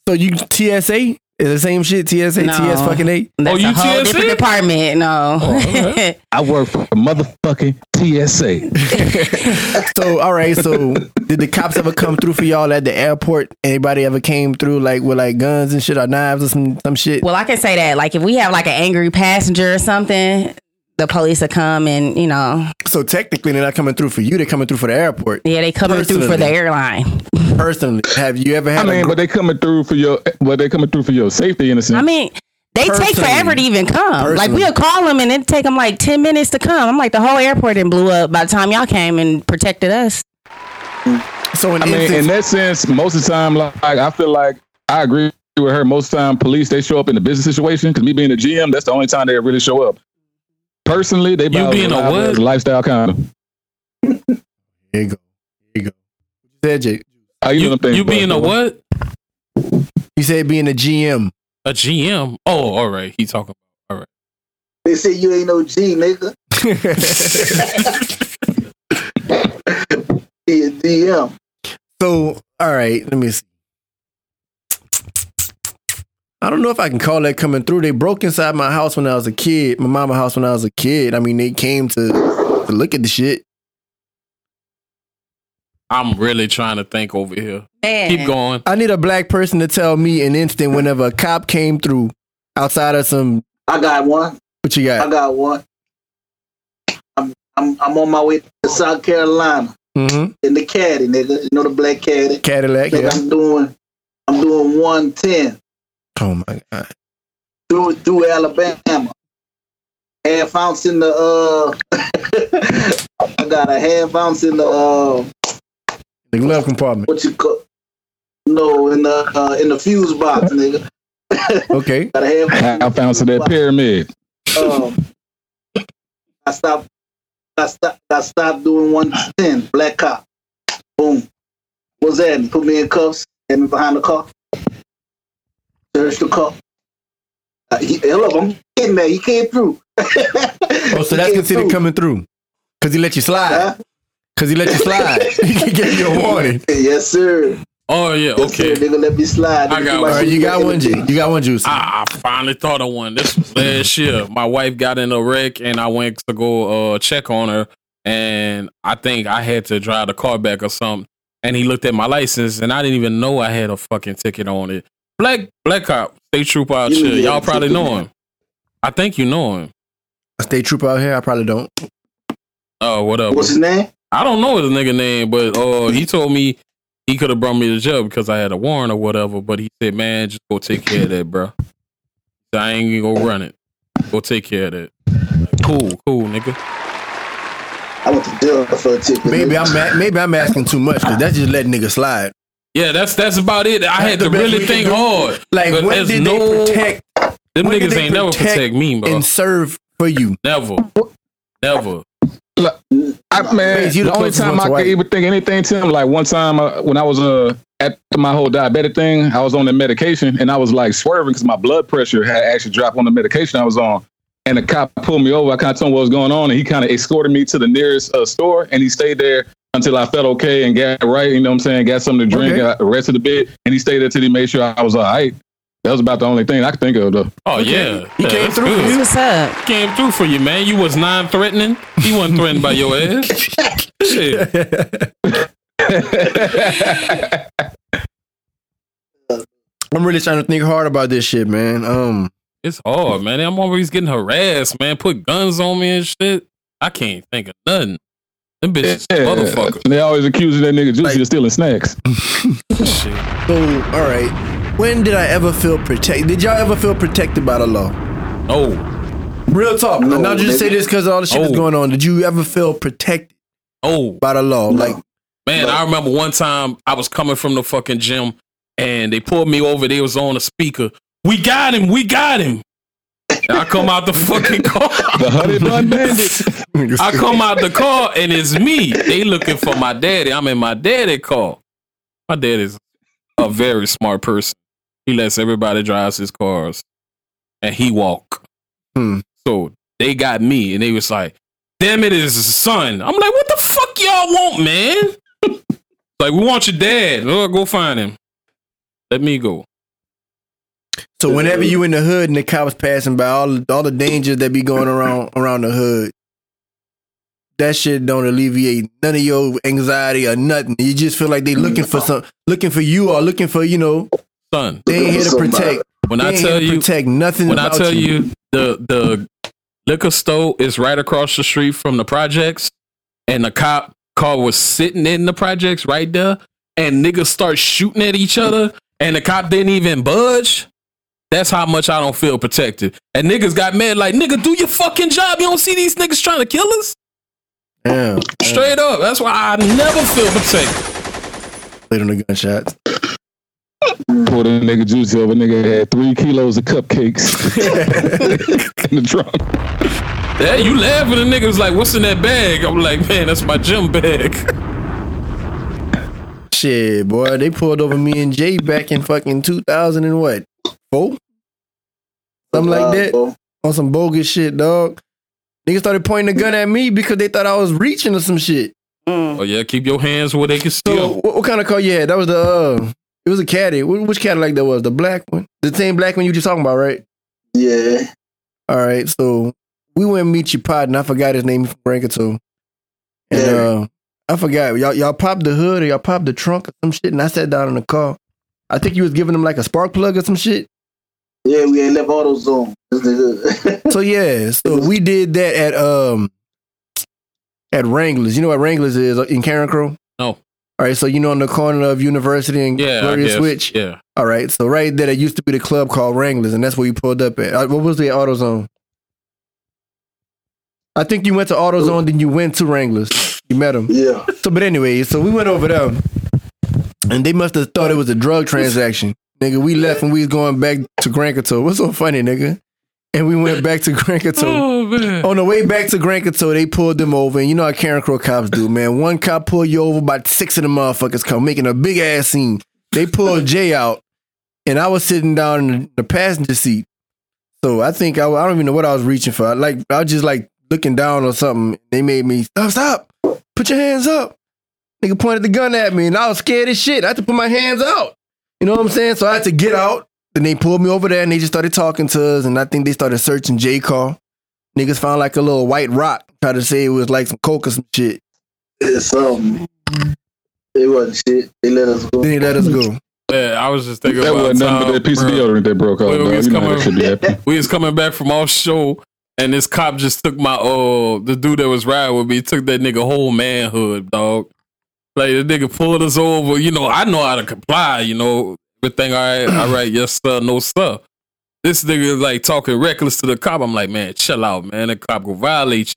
S5: so you TSA is the same shit. TSA,
S7: No.
S5: TS fucking eight.
S7: That's
S4: Oh, you
S7: a
S4: TSA?
S7: whole different department. No,
S4: Oh,
S3: I work for motherfucking TSA.
S5: So all right. So did the cops ever come through for y'all at the airport? Anybody ever came through like with like guns and shit or knives or some some shit?
S7: well, I can say that. Like, if we have like an angry passenger or something, the police will come and you know,
S5: So technically, they're not coming through for you. They're coming through for the airport
S7: yeah, they coming through for the
S5: Personally.
S7: airline.
S5: personally. Have you ever
S3: I
S5: had?
S3: mean,
S5: a,
S3: but they coming through for your, but they coming through for your safety, innocent.
S4: Mm-hmm.
S7: I mean, they take
S5: Personally.
S7: forever to even come. Like
S5: Personally.
S7: we'll call them and it take them like ten minutes to come. I'm like the whole airport and blew up by the time y'all came and protected us.
S5: so in
S3: I mean, in
S5: instance,
S3: that sense, most of the time, like I feel like I agree with her. Most of the time, police they show up in the business situation because me being a GM, that's the only time they really show up. Personally, they about
S4: being a
S3: liable
S4: what?
S3: as lifestyle kind of.
S5: here you go. Here you go. You said Jake.
S3: Oh, you, know
S4: You,
S3: what I'm
S4: you
S3: thinking,
S4: being a
S3: bro.
S4: what?
S5: You said being a GM.
S4: A GM? Oh, all right. He talking.
S6: They say you ain't no G, nigga. He a DM.
S5: So, all right, let me see. I don't know if I can call that coming through. They broke inside my house when I was a kid, my mama house when I was a kid. I mean, they came to, to look at the shit.
S4: I'm really trying to think over here.
S7: Man.
S4: Keep going.
S5: I need a black person to tell me an instant whenever a cop came through outside of some
S6: I got one.
S5: what you
S6: I
S5: got.
S6: got one. I'm I'm I'm on my way to South Carolina
S5: Mm-hmm.
S6: in the caddy, nigga. You know the black caddy.
S5: Cadillac,
S6: Nigga,
S5: yeah.
S6: I'm doing I'm doing one ten
S5: Oh my god.
S6: through through Alabama. Half ounce in the uh I got a half ounce in the uh
S5: The glove compartment.
S6: What you call? No, in the uh, in the fuse box, nigga.
S5: Okay.
S6: Gotta have.
S3: Half ounce of that pyramid.
S6: um, I stopped. I stopped. I stopped doing one ten. Black cop. Boom. What's that? Put me in cuffs. Had me behind the car. Search the car. Uh, he, hey, look, I'm getting there. He came through.
S5: Oh, so that's considered coming through. Cause he let you slide. Cause he let you slide. he gave you a warning.
S6: Yes, sir.
S4: Oh yeah,
S6: Yes, sir.
S4: okay.
S6: Nigga, let me slide.
S4: I got
S6: Nigga, you
S4: one.
S5: All
S6: might
S5: right,
S6: see
S5: you
S6: me
S5: got
S6: in
S5: one
S6: the-
S5: G. You got one juice.
S4: I, I finally thought of one. This was last year. My wife got in a wreck, and I went to go uh, check on her, and I think I had to drive the car back or something. And he looked at my license, and I didn't even know I had a fucking ticket on it. Black Black Cop, State Trooper out
S6: You
S4: here.
S6: had
S4: Y'all
S6: a
S4: probably
S6: ticket,
S4: know
S6: man.
S4: him. I think you know him.
S5: A state trooper out here. I probably don't.
S4: Oh, what up?
S6: What's his name?
S4: I don't know his nigga name, but uh, he told me he could have brought me to jail because I had a warrant or whatever. But he said, "Man, just go take care of that, bro. I ain't gonna run it. Go take care of that." Cool, cool, nigga.
S6: I went to jail for a ticket.
S5: Maybe
S6: nigga.
S5: I'm ma- maybe I'm asking too much because that's just letting niggas slide.
S4: Yeah, that's that's about it. I had
S5: the
S4: to
S5: best we
S4: really
S5: can
S4: think
S5: do.
S4: hard.
S5: Like
S4: But
S5: when
S4: there's
S5: did
S4: no-
S5: they protect
S4: Them
S5: When did
S4: niggas
S5: they
S4: ain't never
S5: protect
S4: protect me, bro.
S5: and serve for you?
S4: never, never.
S3: I, man,
S5: Please, you
S3: the
S5: the
S3: only
S5: closest
S3: time
S5: one
S3: I
S5: to
S3: could
S5: white.
S3: even think anything to him, like one time uh, when I was uh, at my whole diabetic thing, I was on the medication and I was like swerving because my blood pressure had actually dropped on the medication I was on. And the cop pulled me over. I kind of told him what was going on, and he kind of escorted me to the nearest uh, store, and he stayed there until I felt okay and got right. You know what I'm saying? Got something to drink,
S5: Okay.
S3: got arrested a bit, and he stayed there till he made sure I was all right. That was about the only thing I could think of, though.
S4: Oh yeah,
S5: He
S4: Yeah,
S5: came
S4: that's
S5: through for
S7: That's
S4: good.
S7: what's up.
S4: Came through for you, man. You was non-threatening. He wasn't threatened by your ass. Shit.
S5: I'm really trying to think hard about this shit, man. Um,
S4: It's hard, man. I'm always getting harassed, man. Put guns on me and shit. I can't think of nothing. Them bitches,
S3: Yeah.
S4: motherfucker.
S3: They always accusing that nigga Juicy
S5: Like-
S3: of stealing snacks.
S4: Shit.
S5: so all right, when did I ever feel protected? Did y'all ever feel protected by the law?
S4: Oh,
S5: Real talk.
S6: No,
S5: and I'll just
S6: nigga.
S5: say this because all the shit that's
S4: Oh.
S5: going on. Did you ever feel protected
S4: oh,
S5: by the law? Like,
S4: man. I remember one time I was coming from the fucking gym and they pulled me over. They was on a speaker. We got him. We got him. And I come out the fucking car.
S3: The honey bun bandits.
S4: I come out the car and it's me. They looking for my daddy. I'm in my daddy car. My dad is a very smart person. He lets everybody drive his cars, and he walk.
S5: Hmm.
S4: So they got me, and they was like, "Damn it, it's his son." I'm like, "What the fuck y'all want, man?" like, we want your dad. Lord, go find him. Let me go.
S5: so whenever you in the hood and the cops passing by, all all the dangers that be going around around the hood, that shit don't alleviate none of your anxiety or nothing. You just feel like they looking for some, looking for you or looking for you know
S4: Son,
S5: they ain't here to
S6: Somebody.
S5: protect.
S4: when
S5: They
S4: I
S5: ain't
S4: tell
S5: here to
S4: you,
S5: protect nothing.
S4: when I
S5: about
S4: tell you. the the liquor store is right across the street from the projects, and the cop car was sitting in the projects right there, and niggas start shooting at each other, and the cop didn't even budge. That's how much I don't feel protected. And niggas got mad like, nigga, do your fucking job. You don't see these niggas trying to kill us?
S5: damn,
S4: Straight up. That's why I never feel protected.
S5: played on the gunshots.
S3: Pulled a nigga juice over. Nigga had three kilos of cupcakes in the trunk.
S4: Yeah, you laughing and niggas like, what's in that bag? I'm like, man, that's my gym bag.
S5: Shit, boy, they pulled over me and Jay back in fucking two thousand and what four, something like that.
S6: Bro.
S5: on some bogus shit, dog. Niggas started pointing a gun at me because they thought I was reaching or some shit.
S7: Mm,
S4: oh yeah, keep your hands where they can
S5: So
S4: steal.
S5: what, what kind of car you had? That was the uh, it was a caddy. Wh- Which Cadillac that was? The black one, the same black one you just talking about, right?
S6: Yeah.
S5: All right, so we went and meet your partner. I forgot his name from Brancato, and
S6: Yeah.
S5: uh, I forgot y'all y'all popped the hood or y'all popped the trunk or some shit, and I sat down in the car. I think you was giving him like a spark plug or some shit.
S6: Yeah, we ain't left auto zone. This nigga.
S5: So yeah, so we did that at um at Wranglers. You know what Wranglers is uh, in Karen Crow?
S4: No.
S5: All right, so you know on the corner of University and
S4: Yeah, I
S5: Glorious
S4: guess.
S5: Switch.
S4: Yeah.
S5: All right, so right there, there used to be the club called Wranglers, and that's where you pulled up at. Uh, What was the AutoZone? I think you went to AutoZone, then you went to Wranglers. You met him.
S6: yeah.
S5: So, but anyway, so we went over there, And they must have thought it was a drug transaction. nigga, we left and we was going back to Grand Coteau. What's so funny, nigga? And we went back to Grand Coteau.
S4: Oh man.
S5: On the way back to Grand Coteau, they pulled them over, and you know how Karen Crow cops do, man. One cop pull you over, about six of them motherfuckers come, making a big ass scene. They pulled Jay out, and I was sitting down in the passenger seat. So I think I, I don't even know what I was reaching for. I like I was just like looking down or something. They made me stop, stop, put your hands up. Nigga pointed the gun at me, and I was scared as shit. I had to put my hands out. You know what I'm saying? So I had to get out. Then they pulled me over there, and they just started talking to us, and I think they started searching J car. Niggas found like a little white rock. Tried to say it was like some coke or some shit.
S6: It's something. It wasn't shit. They let us go.
S5: Then they let us go.
S4: Yeah, I was just thinking
S3: That
S4: about
S3: wasn't nothing but
S4: time,
S3: that piece of
S4: bro.
S3: deodorant that broke off.
S4: Wait,
S3: dog.
S4: we was
S3: You know how
S4: coming-
S3: that should be happening.
S4: We was coming back from off show, and this cop just took my uh the dude that was riding with me took that nigga whole manhood, dog. Like the nigga pulled us over. You know, I know how to comply. You know, everything. All right, all right. Yes sir, no sir. This nigga is like talking reckless to the cop. I'm like, man, chill out, man. The cop go violate you.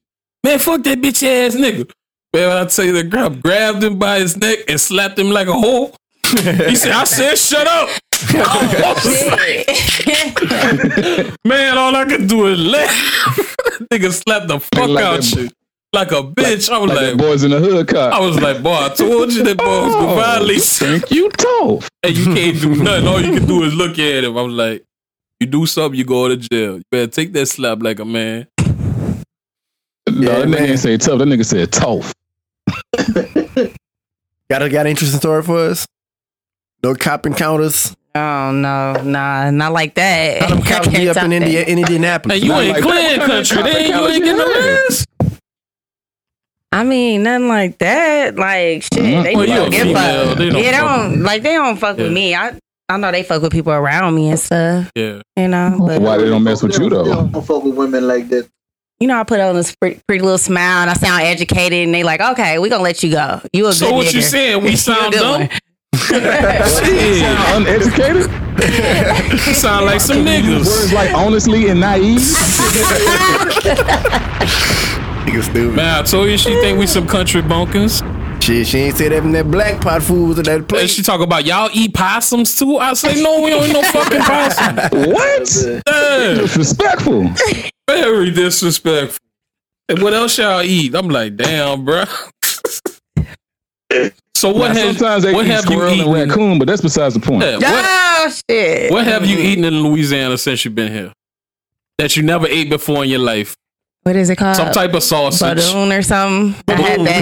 S4: Man, fuck that bitch ass nigga. Man, when I tell you the cop grabbed him by his neck and slapped him like a hoe. He said, I said, shut up. I was like, Man, all I could do is laugh. nigga slapped the fuck
S3: like
S4: out
S3: that-
S4: you like a bitch. I was
S3: Like,
S4: like,
S3: that boys in the hood cop.
S4: I was like, boy, I told you that boy was gonna violate
S3: think you tough.
S4: and you can't do nothing. All you can do is look at him. I was like, you do something, you go to jail. You better take that slap like a man.
S3: no, that nigga
S5: man.
S3: ain't say tough. That nigga said tough.
S5: Got a got an interesting story for us. No cop encounters.
S7: Oh no, nah, not like that.
S5: How them
S7: I
S5: cops be
S7: can't
S5: up
S7: stop
S5: in, Indi-
S7: that.
S5: in Indianapolis?
S4: And you
S3: Not
S4: ain't
S3: like
S4: clear
S3: that. What kind of
S4: country.
S3: cop
S4: Then you
S3: account
S4: ain't
S3: you
S4: getting
S3: had?
S4: arrested.
S7: I mean, nothing like that. Like shit, they
S4: Mm-hmm. Well, you
S7: don't
S4: a
S7: give
S4: female.
S7: a
S4: They don't
S7: They
S4: fuck with
S7: don't like they don't fuck
S4: Yeah.
S7: with me. I I know they fuck with people around me and stuff.
S4: Yeah.
S7: You know, but
S3: Why they don't mess with you
S6: They
S3: though?
S6: don't fuck with women like that.
S7: you know, I put on this pretty, pretty little smile and I sound educated, and they like, okay, we gonna let you go. You a
S4: So
S7: good
S4: what
S7: nigga.
S4: you saying? We
S7: You a
S4: sound
S7: good
S4: dumb.
S7: one.
S4: Shit.
S3: Uneducated?
S4: You sound like some niggas.
S3: Words like honestly and naive.
S5: Nigga stupid.
S4: Man, I told you she think we some country bumpkins.
S5: Shit, she ain't say that when that black pot food was at that
S4: And
S5: place.
S4: she talk about y'all eat possums too. I say no, we don't eat no fucking possum.
S3: what?
S4: Damn,
S3: Disrespectful.
S4: very disrespectful. And what else y'all eat? I'm like, damn, bruh. so what
S3: Now,
S4: has
S3: sometimes they
S4: what
S3: eat
S4: have you
S3: squirrel
S4: eaten?
S3: and raccoon, but that's besides the point.
S4: Yeah, what,
S7: Oh shit.
S4: what have you eaten in Louisiana since you've been here? That you never ate before in your life?
S7: What is it called?
S4: Some type of sausage.
S7: Badoon or something. I had that.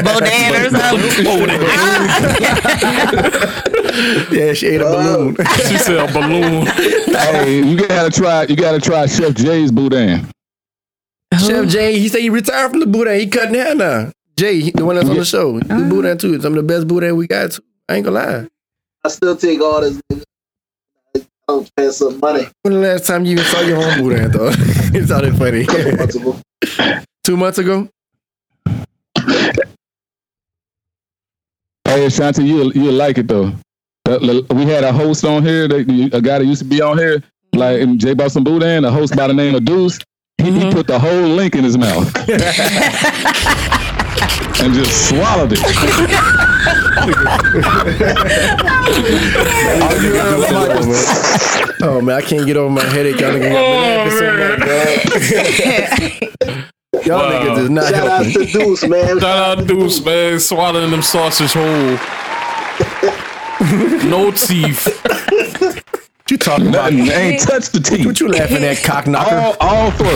S4: Boudin?
S7: Boudin or something.
S4: Boudin.
S5: yeah, she ate a balloon.
S4: she said a balloon.
S3: hey, you gotta try. You gotta try Chef Jay's boudin.
S5: Chef Jay, he said he retired from the boudin. He cutting hair now. Jay, he- the one that's on the show, he do boudin too. Some of the best boudin we got. Too. I ain't gonna lie.
S6: I still take all this. I don't pass up money.
S5: When the last time you even saw your home boudin though? it sounded funny.
S6: Multiple.
S5: Two months ago.
S3: Hey, Ashanti, you you like it though. Uh, l- We had a host on here, that, a guy that used to be on here, like and Jay bought some boudin. A host by the name of Deuce. He,
S5: Mm-hmm.
S3: he put the whole link in his mouth and just swallowed it.
S5: Oh man, I can't get over my headache. Y'all niggas got me laughing Oh, so much, dog. Y'all niggas is not
S6: Shout out
S5: helping.
S6: to Deuce, man.
S4: Shout out Deuce, man, swallowing them sausage whole. no teeth.
S5: What you talking about?
S3: Nothing ain't touched the
S5: What
S3: teeth.
S5: you laughing at, cock knocker?
S3: All all through.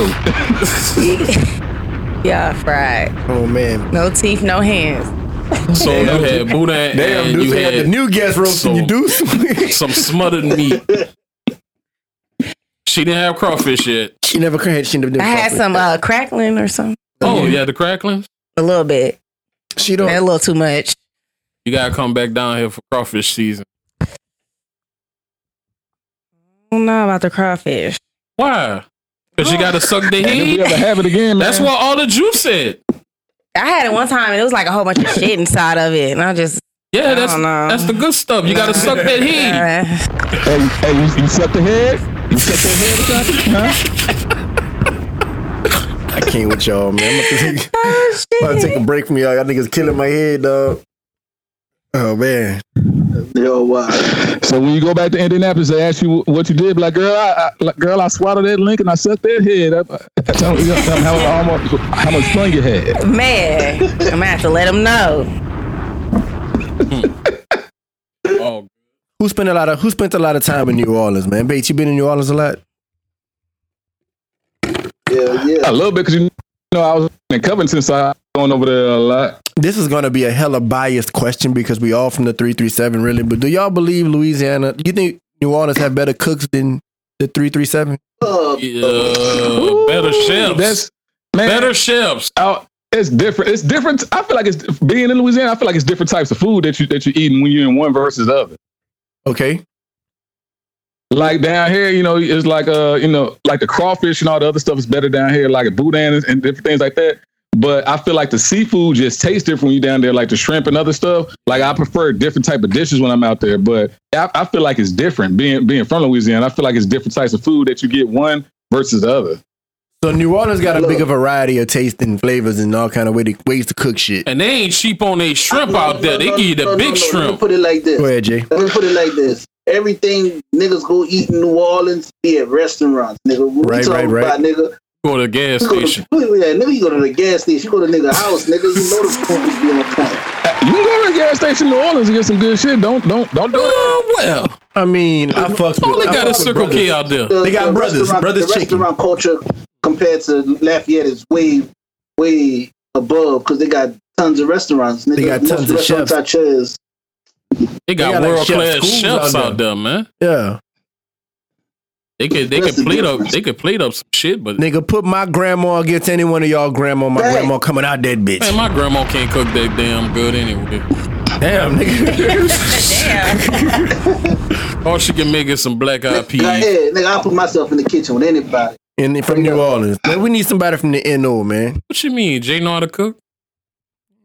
S7: yeah, fried.
S5: Oh man.
S7: No teeth, no hands.
S4: So you had boudin
S5: Damn,
S4: and
S5: dude,
S4: you
S5: had the
S4: had
S5: new guest roasting you, Deuce.
S4: some smothered meat. She didn't have crawfish yet.
S5: she never cracked. She never did.
S7: I had some uh, crackling or something.
S4: Oh, yeah, the cracklings.
S7: A little bit.
S5: She
S7: That a
S5: don't.
S7: little too much.
S4: You gotta come back down here for crawfish season.
S7: I don't know about the crawfish.
S4: Why? Because you gotta suck the
S3: If we ever
S4: heat.
S3: have it again, man.
S4: That's what all the juice said.
S7: I had it one time and it was like a whole bunch of shit inside of it. And I just.
S4: Yeah, that's
S7: don't know.
S4: that's the good stuff. You gotta suck that heat.
S7: Uh,
S3: Hey, hey, you, you suck the head? You suck the head, Ashanti? Huh?
S5: I can't with y'all, man. I'm about to,
S7: oh,
S5: about to
S7: shit.
S5: take a break from y'all. Y'all niggas killing my head, dog. Oh man,
S6: Yo, wow.
S3: So when you go back to Indianapolis, they ask you wh- what you did. Be like, girl, I, I, like, girl, I swallowed that link and I sucked that head. up. I tell them, you know, tell them how, how, much, how much fun you had.
S7: Man, uh, I'm gonna have to let them know.
S4: Oh,
S5: who spent a lot of who spent a lot of time in New Orleans, man? Bates, you been in New Orleans a lot.
S6: Yeah,
S3: A
S6: yeah.
S3: little bit because you know I was in Covington, so I going over there a lot.
S5: This is gonna be a hella biased question because we all from the three three seven, really. But do y'all believe Louisiana? You think New Orleans have better cooks than the three three seven?
S6: Uh,
S4: yeah. better chefs.
S3: That's man.
S4: better chefs.
S3: out. It's different. It's different. I feel like it's being in Louisiana. I feel like it's different types of food that you that you're eating when you're in one versus the other.
S5: Okay,
S3: Like down here, you know, it's like uh, you know, like the crawfish and all the other stuff is better down here, like a boudin and, and different things like that. But I feel like the seafood just tastes different when you down there, like the shrimp and other stuff. Like I prefer different type of dishes when I'm out there. But I, I feel like it's different being being from Louisiana. I feel like it's different types of food that you get one versus the other.
S5: so New Orleans got a bigger variety of taste and flavors and all kind of way to, ways to cook shit.
S4: And they ain't cheap on their shrimp out there. They give you the
S6: No, no,
S4: big
S6: no, Let me
S4: shrimp.
S6: put it like this.
S5: Go ahead, Jay.
S6: Let me put it like this. Everything niggas go eat in New Orleans be at restaurants, nigga. We
S5: Right, right,
S6: talking
S5: right.
S6: about nigga.
S4: Go to the gas
S6: You go
S4: station.
S6: to, yeah, nigga, you go to the gas station, you go to nigga house, nigga, you know the food is being point.
S3: You can go to the gas station in New Orleans and get some good shit. Don't don't don't do it.
S4: Oh well,
S5: I mean, I fucks
S4: only
S5: with. I
S4: got a
S5: fucks with
S4: circle
S5: brothers.
S4: K out there.
S6: The-
S5: They got
S6: the
S5: brothers,
S6: restaurant-
S5: brothers
S6: The
S5: chicken.
S6: restaurant culture compared to Lafayette is way, way above because they got tons of restaurants. Nigga.
S5: They got
S6: Most
S5: tons of
S6: restaurants
S5: chefs.
S6: out chairs.
S4: They got,
S5: got, like,
S4: world class
S5: chef schools
S4: chefs
S5: out
S4: out there, man.
S5: Yeah,
S4: They could they
S6: That's
S4: could
S6: the
S4: plate up
S6: difference.
S4: they could plate up some shit, but
S5: nigga, put my grandma against any one of y'all grandma. My
S6: Hey.
S5: grandma coming out that bitch.
S4: man, my grandma can't cook that damn good anyway.
S5: Damn, nigga.
S7: Damn.
S4: All she can make is some black eyed
S6: Nigga,
S4: peas.
S6: yeah, nigga, I put myself in the kitchen with anybody.
S5: and from New Orleans, man, we need somebody from the NO, man.
S4: What you mean? Jay know how to cook?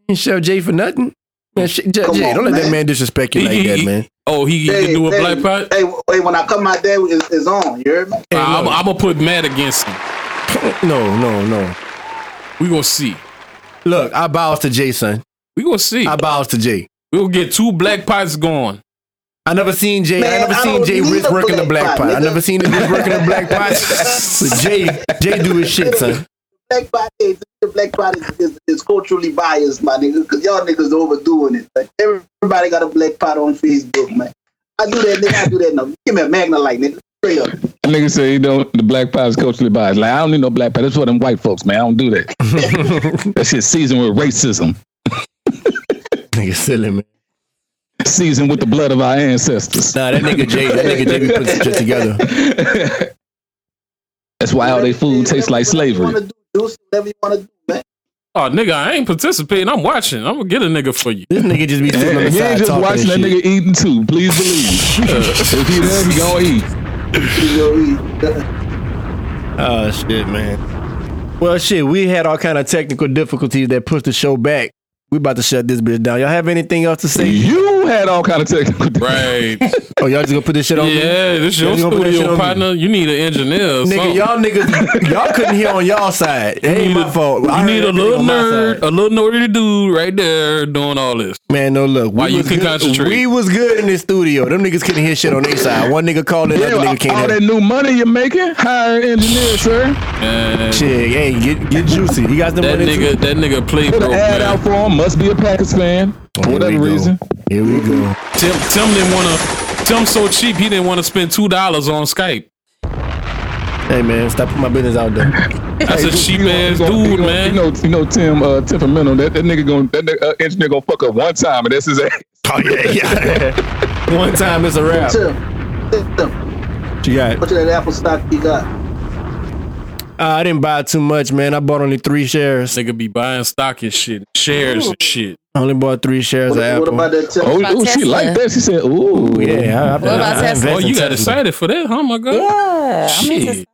S5: And Chef Jay for nothing. Man, Sh- Jay,
S6: Come
S5: Jay,
S6: on,
S5: don't let that
S6: man.
S5: man disrespect you
S4: He-
S5: like
S4: he-
S5: that,
S4: he-
S5: man.
S4: Oh, he can do a black pot.
S6: Hey, hey, when I come out there, it's, it's on. You heard me?
S4: I'm, I'm gonna put Matt against him.
S5: No, no, no.
S4: We gonna see.
S5: Look, I bows to Jay, son.
S4: We gonna see.
S5: I bows to Jay.
S4: We gonna get two black pots going.
S5: I never seen Jay. I
S6: Man,
S5: never
S6: I
S5: seen
S6: don't
S5: Jay
S6: need
S5: Ritz
S6: a
S5: working the black
S6: black
S5: pot.
S6: pot,
S5: I never
S6: nigga.
S5: seen him Ritz working the black pot. But Jay, Jay do his shit, son.
S6: Black body, is- the black body is, is, is culturally biased, my nigga, because y'all niggas overdoing it. Like, everybody got a black pot on Facebook, man. I do that, nigga. I do that. No, give me a magna light, nigga. Straight up.
S3: That nigga say he don't. The black pie is culturally biased. Like I don't need no black pie. That's for them white folks, man. I don't do that. that shit seasoned with racism,
S5: Nigga silly, man.
S3: seasoned with the blood of our ancestors.
S5: Nah, that nigga Jay, that nigga Jay be putting some shit together.
S3: That's why all they food tastes like slavery.
S6: Whatever you wanna do, Juice, whatever you want to do, man.
S4: Oh nigga, I ain't participating. I'm watching. I'm gonna get a nigga for you.
S5: This nigga just be sitting on
S3: He
S5: the side
S3: ain't just
S5: talking
S3: watching that
S5: and shit.
S3: nigga eating too. Please believe. if he there, he gonna eat.
S6: You know, uh, he-
S5: Oh shit, man. Well, shit, we had all kind of technical difficulties that pushed the show back. We about to shut this bitch down. Y'all have anything else to say?
S3: You had all kind of technical.
S4: Right.
S5: Oh, y'all just gonna put this shit on? me?
S4: yeah, this your
S5: You gonna put that shit on
S4: studio
S5: me?
S4: partner. You need an engineer. Or
S5: Nigga,
S4: something.
S5: y'all niggas, y'all couldn't hear on y'all side. It ain't
S4: need
S5: my
S4: a-
S5: fault. I
S4: You
S5: heard
S4: need a
S5: everything
S4: little
S5: on my
S4: nerd,
S5: side.
S4: a little nerdy dude right there doing all this.
S5: Man, no look. We
S4: Why you
S5: was
S4: can
S5: good-
S4: concentrate.
S5: We was good in this studio. Them niggas couldn't hear shit on their side. One nigga called in,
S3: Yeah,
S5: other
S3: all
S5: nigga can't hear.
S3: that new money you're making, hire an engineer, sir.
S4: Man,
S5: Shit, hey, get get juicy. You guys done
S4: that
S5: money
S4: nigga, that nigga played
S3: Put
S4: broke.
S3: an ad out
S4: Oh, Man.
S3: for him. Must be a Packers fan
S5: Oh,
S3: for whatever reason.
S5: Here we go.
S4: Tim, Tim didn't want to. Tim so cheap, he didn't want to spend two dollars on Skype.
S5: Hey man, stop putting my business out there.
S4: That's a
S3: Hey,
S4: cheap
S3: you know,
S4: ass
S3: you know, you
S4: dude,
S3: know,
S4: man.
S3: You know, you know Tim uh, temperamental. That, that nigga going that nigga, uh, engineer gonna fuck up one time, and that's his ass.
S5: Oh yeah, yeah. One time it's a wrap.
S6: Tim, Tim,
S5: What you got?
S6: what that apple stock you got?
S5: Uh, I didn't buy too much, man. I bought only three shares.
S4: Nigga be buying stock and shit, shares and shit.
S5: I only bought three shares
S6: What,
S5: of Apple.
S6: what about that Tim?
S3: Oh,
S7: about
S3: oh she
S7: Tesla?
S3: liked that. She said, "Ooh,
S5: yeah, I, I, what
S7: about Tesla?
S4: Oh, you got excited for that, huh, my god?
S7: Yeah. I'm
S4: Shit.
S7: into-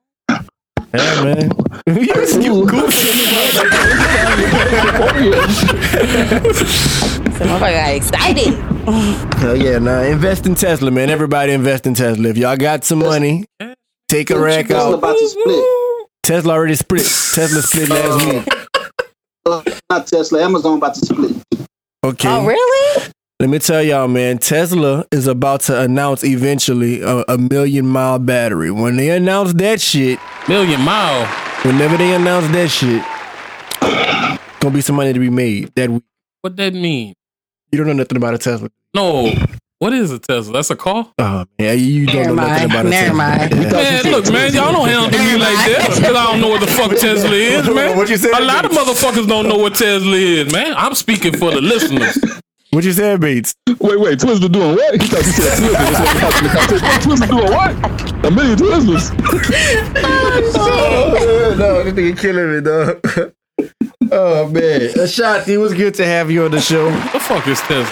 S5: Yeah, man. you
S7: so Motherfucker got excited.
S5: Hell Oh, yeah, nah. Invest in Tesla, man. Everybody invest in Tesla. If y'all got some money, take a rack
S6: Tesla
S5: out.
S6: about to split.
S5: Tesla already split. Tesla split last
S7: Oh.
S5: week.
S6: Uh, Not Tesla, Amazon about to split.
S5: Okay.
S7: Oh, really?
S5: Let me tell y'all, man, Tesla is about to announce eventually a, a million mile battery. When they announce that shit,
S4: Million mile.
S5: whenever they announce that shit, gonna be some money to be made that week.
S4: What that mean?
S5: You don't know nothing about a Tesla.
S4: No. What is a Tesla? That's a car?
S5: Oh, yeah, you don't
S7: Never
S5: know
S7: mind.
S5: nothing about a
S7: Never
S5: Tesla.
S7: mind.
S5: Yeah.
S4: Man, look, man, y'all don't handle me like that because I don't know what the fuck Tesla is, man.
S5: What you said?
S4: A lot of motherfuckers don't know what Tesla is, man. I'm speaking for the listeners.
S5: What you said, Beats?
S3: Wait, wait, Twizzler doing what? He thought you said Twizzler. That's what he thought you said. Twizzler doing what? A million Twizzlers.
S5: Oh, no, this nigga killing me, dog. oh man, Ashanti, it was good to have you on the show.
S4: The fuck is Tesla?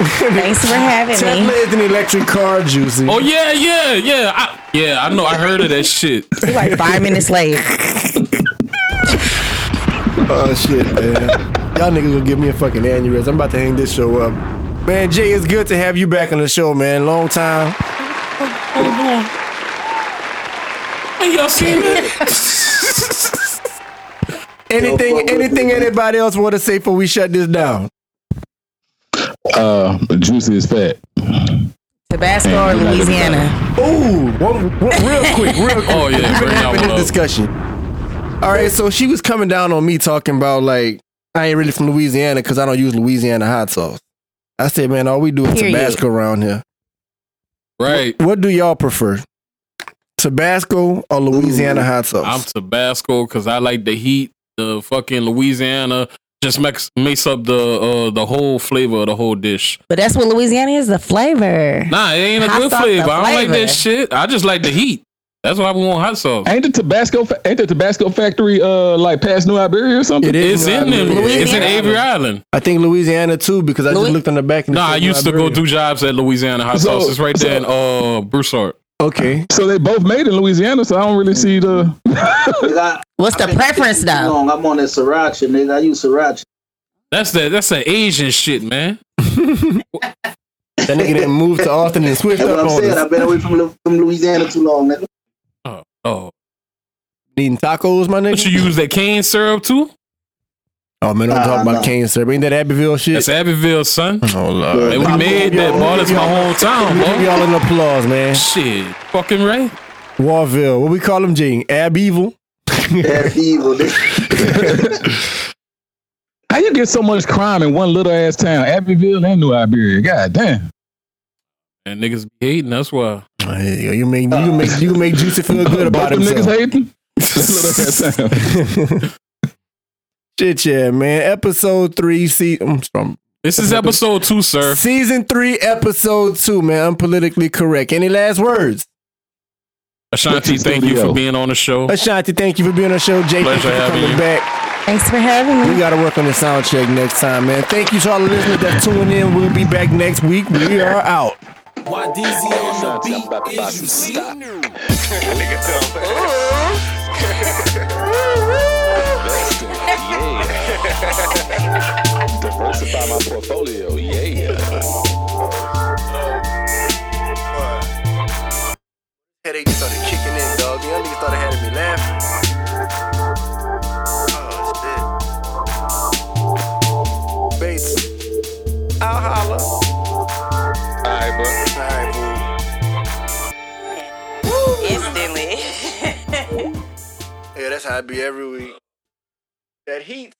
S7: Thanks for having
S5: Tesla
S7: me.
S5: is an electric car, juicy.
S4: Oh yeah, yeah, yeah. I, yeah, I know. I heard of that shit.
S7: You're like five minutes late.
S5: Oh shit, man. Y'all niggas gonna give me a fucking aneurysm. I'm about to hang this show up. Man, Jay, it's good to have you back on the show, man. Long time.
S4: Hold on. Hey, y'all seen that?
S5: Anything, anything anybody else want to say before we shut this down?
S3: Uh, Juicy is fat.
S7: Tabasco or Louisiana?
S5: Ooh, one, one- real quick, real quick.
S4: Oh, yeah,
S5: We've been
S4: bring that
S5: having
S4: one
S5: this
S4: up.
S5: discussion. All right, so she was coming down on me talking about like I ain't really from Louisiana because I don't use Louisiana hot sauce. I said, man, all we do is
S7: Period.
S5: Tabasco around here.
S4: Right.
S5: What do y'all prefer, Tabasco or Louisiana hot sauce?
S4: I'm Tabasco because I like the heat. The fucking Louisiana just makes makes up the uh, the whole flavor of the whole dish.
S7: But that's what Louisiana is the flavor.
S4: Nah, it ain't a
S7: Hot
S4: good
S7: sauce,
S4: flavor.
S7: the
S4: I don't like that
S7: flavor.
S4: shit. I just like the heat. That's why I want hot sauce.
S3: Ain't the Tabasco? fa- Ain't the Tabasco factory uh like past New Iberia or something?
S5: It is
S4: It's in them. It's in Avery Island.
S5: I think Louisiana too, because I
S7: Louis-
S5: just looked on the back. And it
S4: Nah,
S5: said
S4: I used to go
S5: Liberia.
S4: do jobs at Louisiana Hot
S3: So-
S4: Sauce. It's right there in uh, Broussard.
S5: Okay,
S3: So they both made in Louisiana. So I don't really see the.
S6: Nigga, I-
S7: What's the preference though?
S6: Long. I'm on that sriracha, nigga. I use sriracha.
S4: That's that. That's that Asian shit, man.
S5: that nigga didn't move to Austin and switched
S6: That's what
S5: up
S6: I'm
S5: on
S6: saying. I've
S5: us.
S6: been away from, Lu- from Louisiana too long, nigga.
S4: Oh, oh.
S5: Eating tacos, my
S4: Don't
S5: nigga.
S4: you use that cane syrup too?
S5: Oh man, I'm
S6: Nah,
S5: talking
S6: nah.
S5: about cane syrup. Ain't that Abbeville shit?
S4: That's Abbeville, son.
S5: oh lord,
S4: Hey, we made that, boy. That's my hometown,
S5: Give
S4: boy.
S5: y'all an applause, man.
S4: Shit, fucking right.
S5: Warville, what we call him, Gene? Ab Evil.
S6: That's evil, nigga.
S3: How you get so much crime in one little ass town, Abbeville and New Iberia? God damn.
S4: And niggas be hating. That's why.
S5: There you go. You make you make you make Juicy feel good
S3: Both
S5: about
S3: them niggas
S5: himself.
S3: hating. That little ass town.
S5: Shit, yeah, man. Episode three, see, I'm sorry,
S4: This is episode two, sir.
S5: Season three, episode two, man. I'm politically correct. Any last words?
S4: Ashanti, thank you for being on the show.
S5: Ashanti, thank you for being on the show. Jake, thank
S4: Pleasure
S5: you for
S4: having
S5: coming
S4: you.
S5: back.
S7: Thanks for having
S5: We
S7: me.
S5: got to work on the sound check next time, man. Thank you to all the listeners that tune in. We'll be back next week. We are out.
S2: Why DZ on the beat is you sleep?
S5: Uh-huh.
S9: Diversify my portfolio, yeah.
S5: Headache started kicking in, dog. Y'all niggas started having me laughing. Oh, shit. Bates. I'll holler.
S9: Alright, bro.
S5: All right, boo.
S7: Instantly.
S5: Yeah, that's how I be every week. That heat.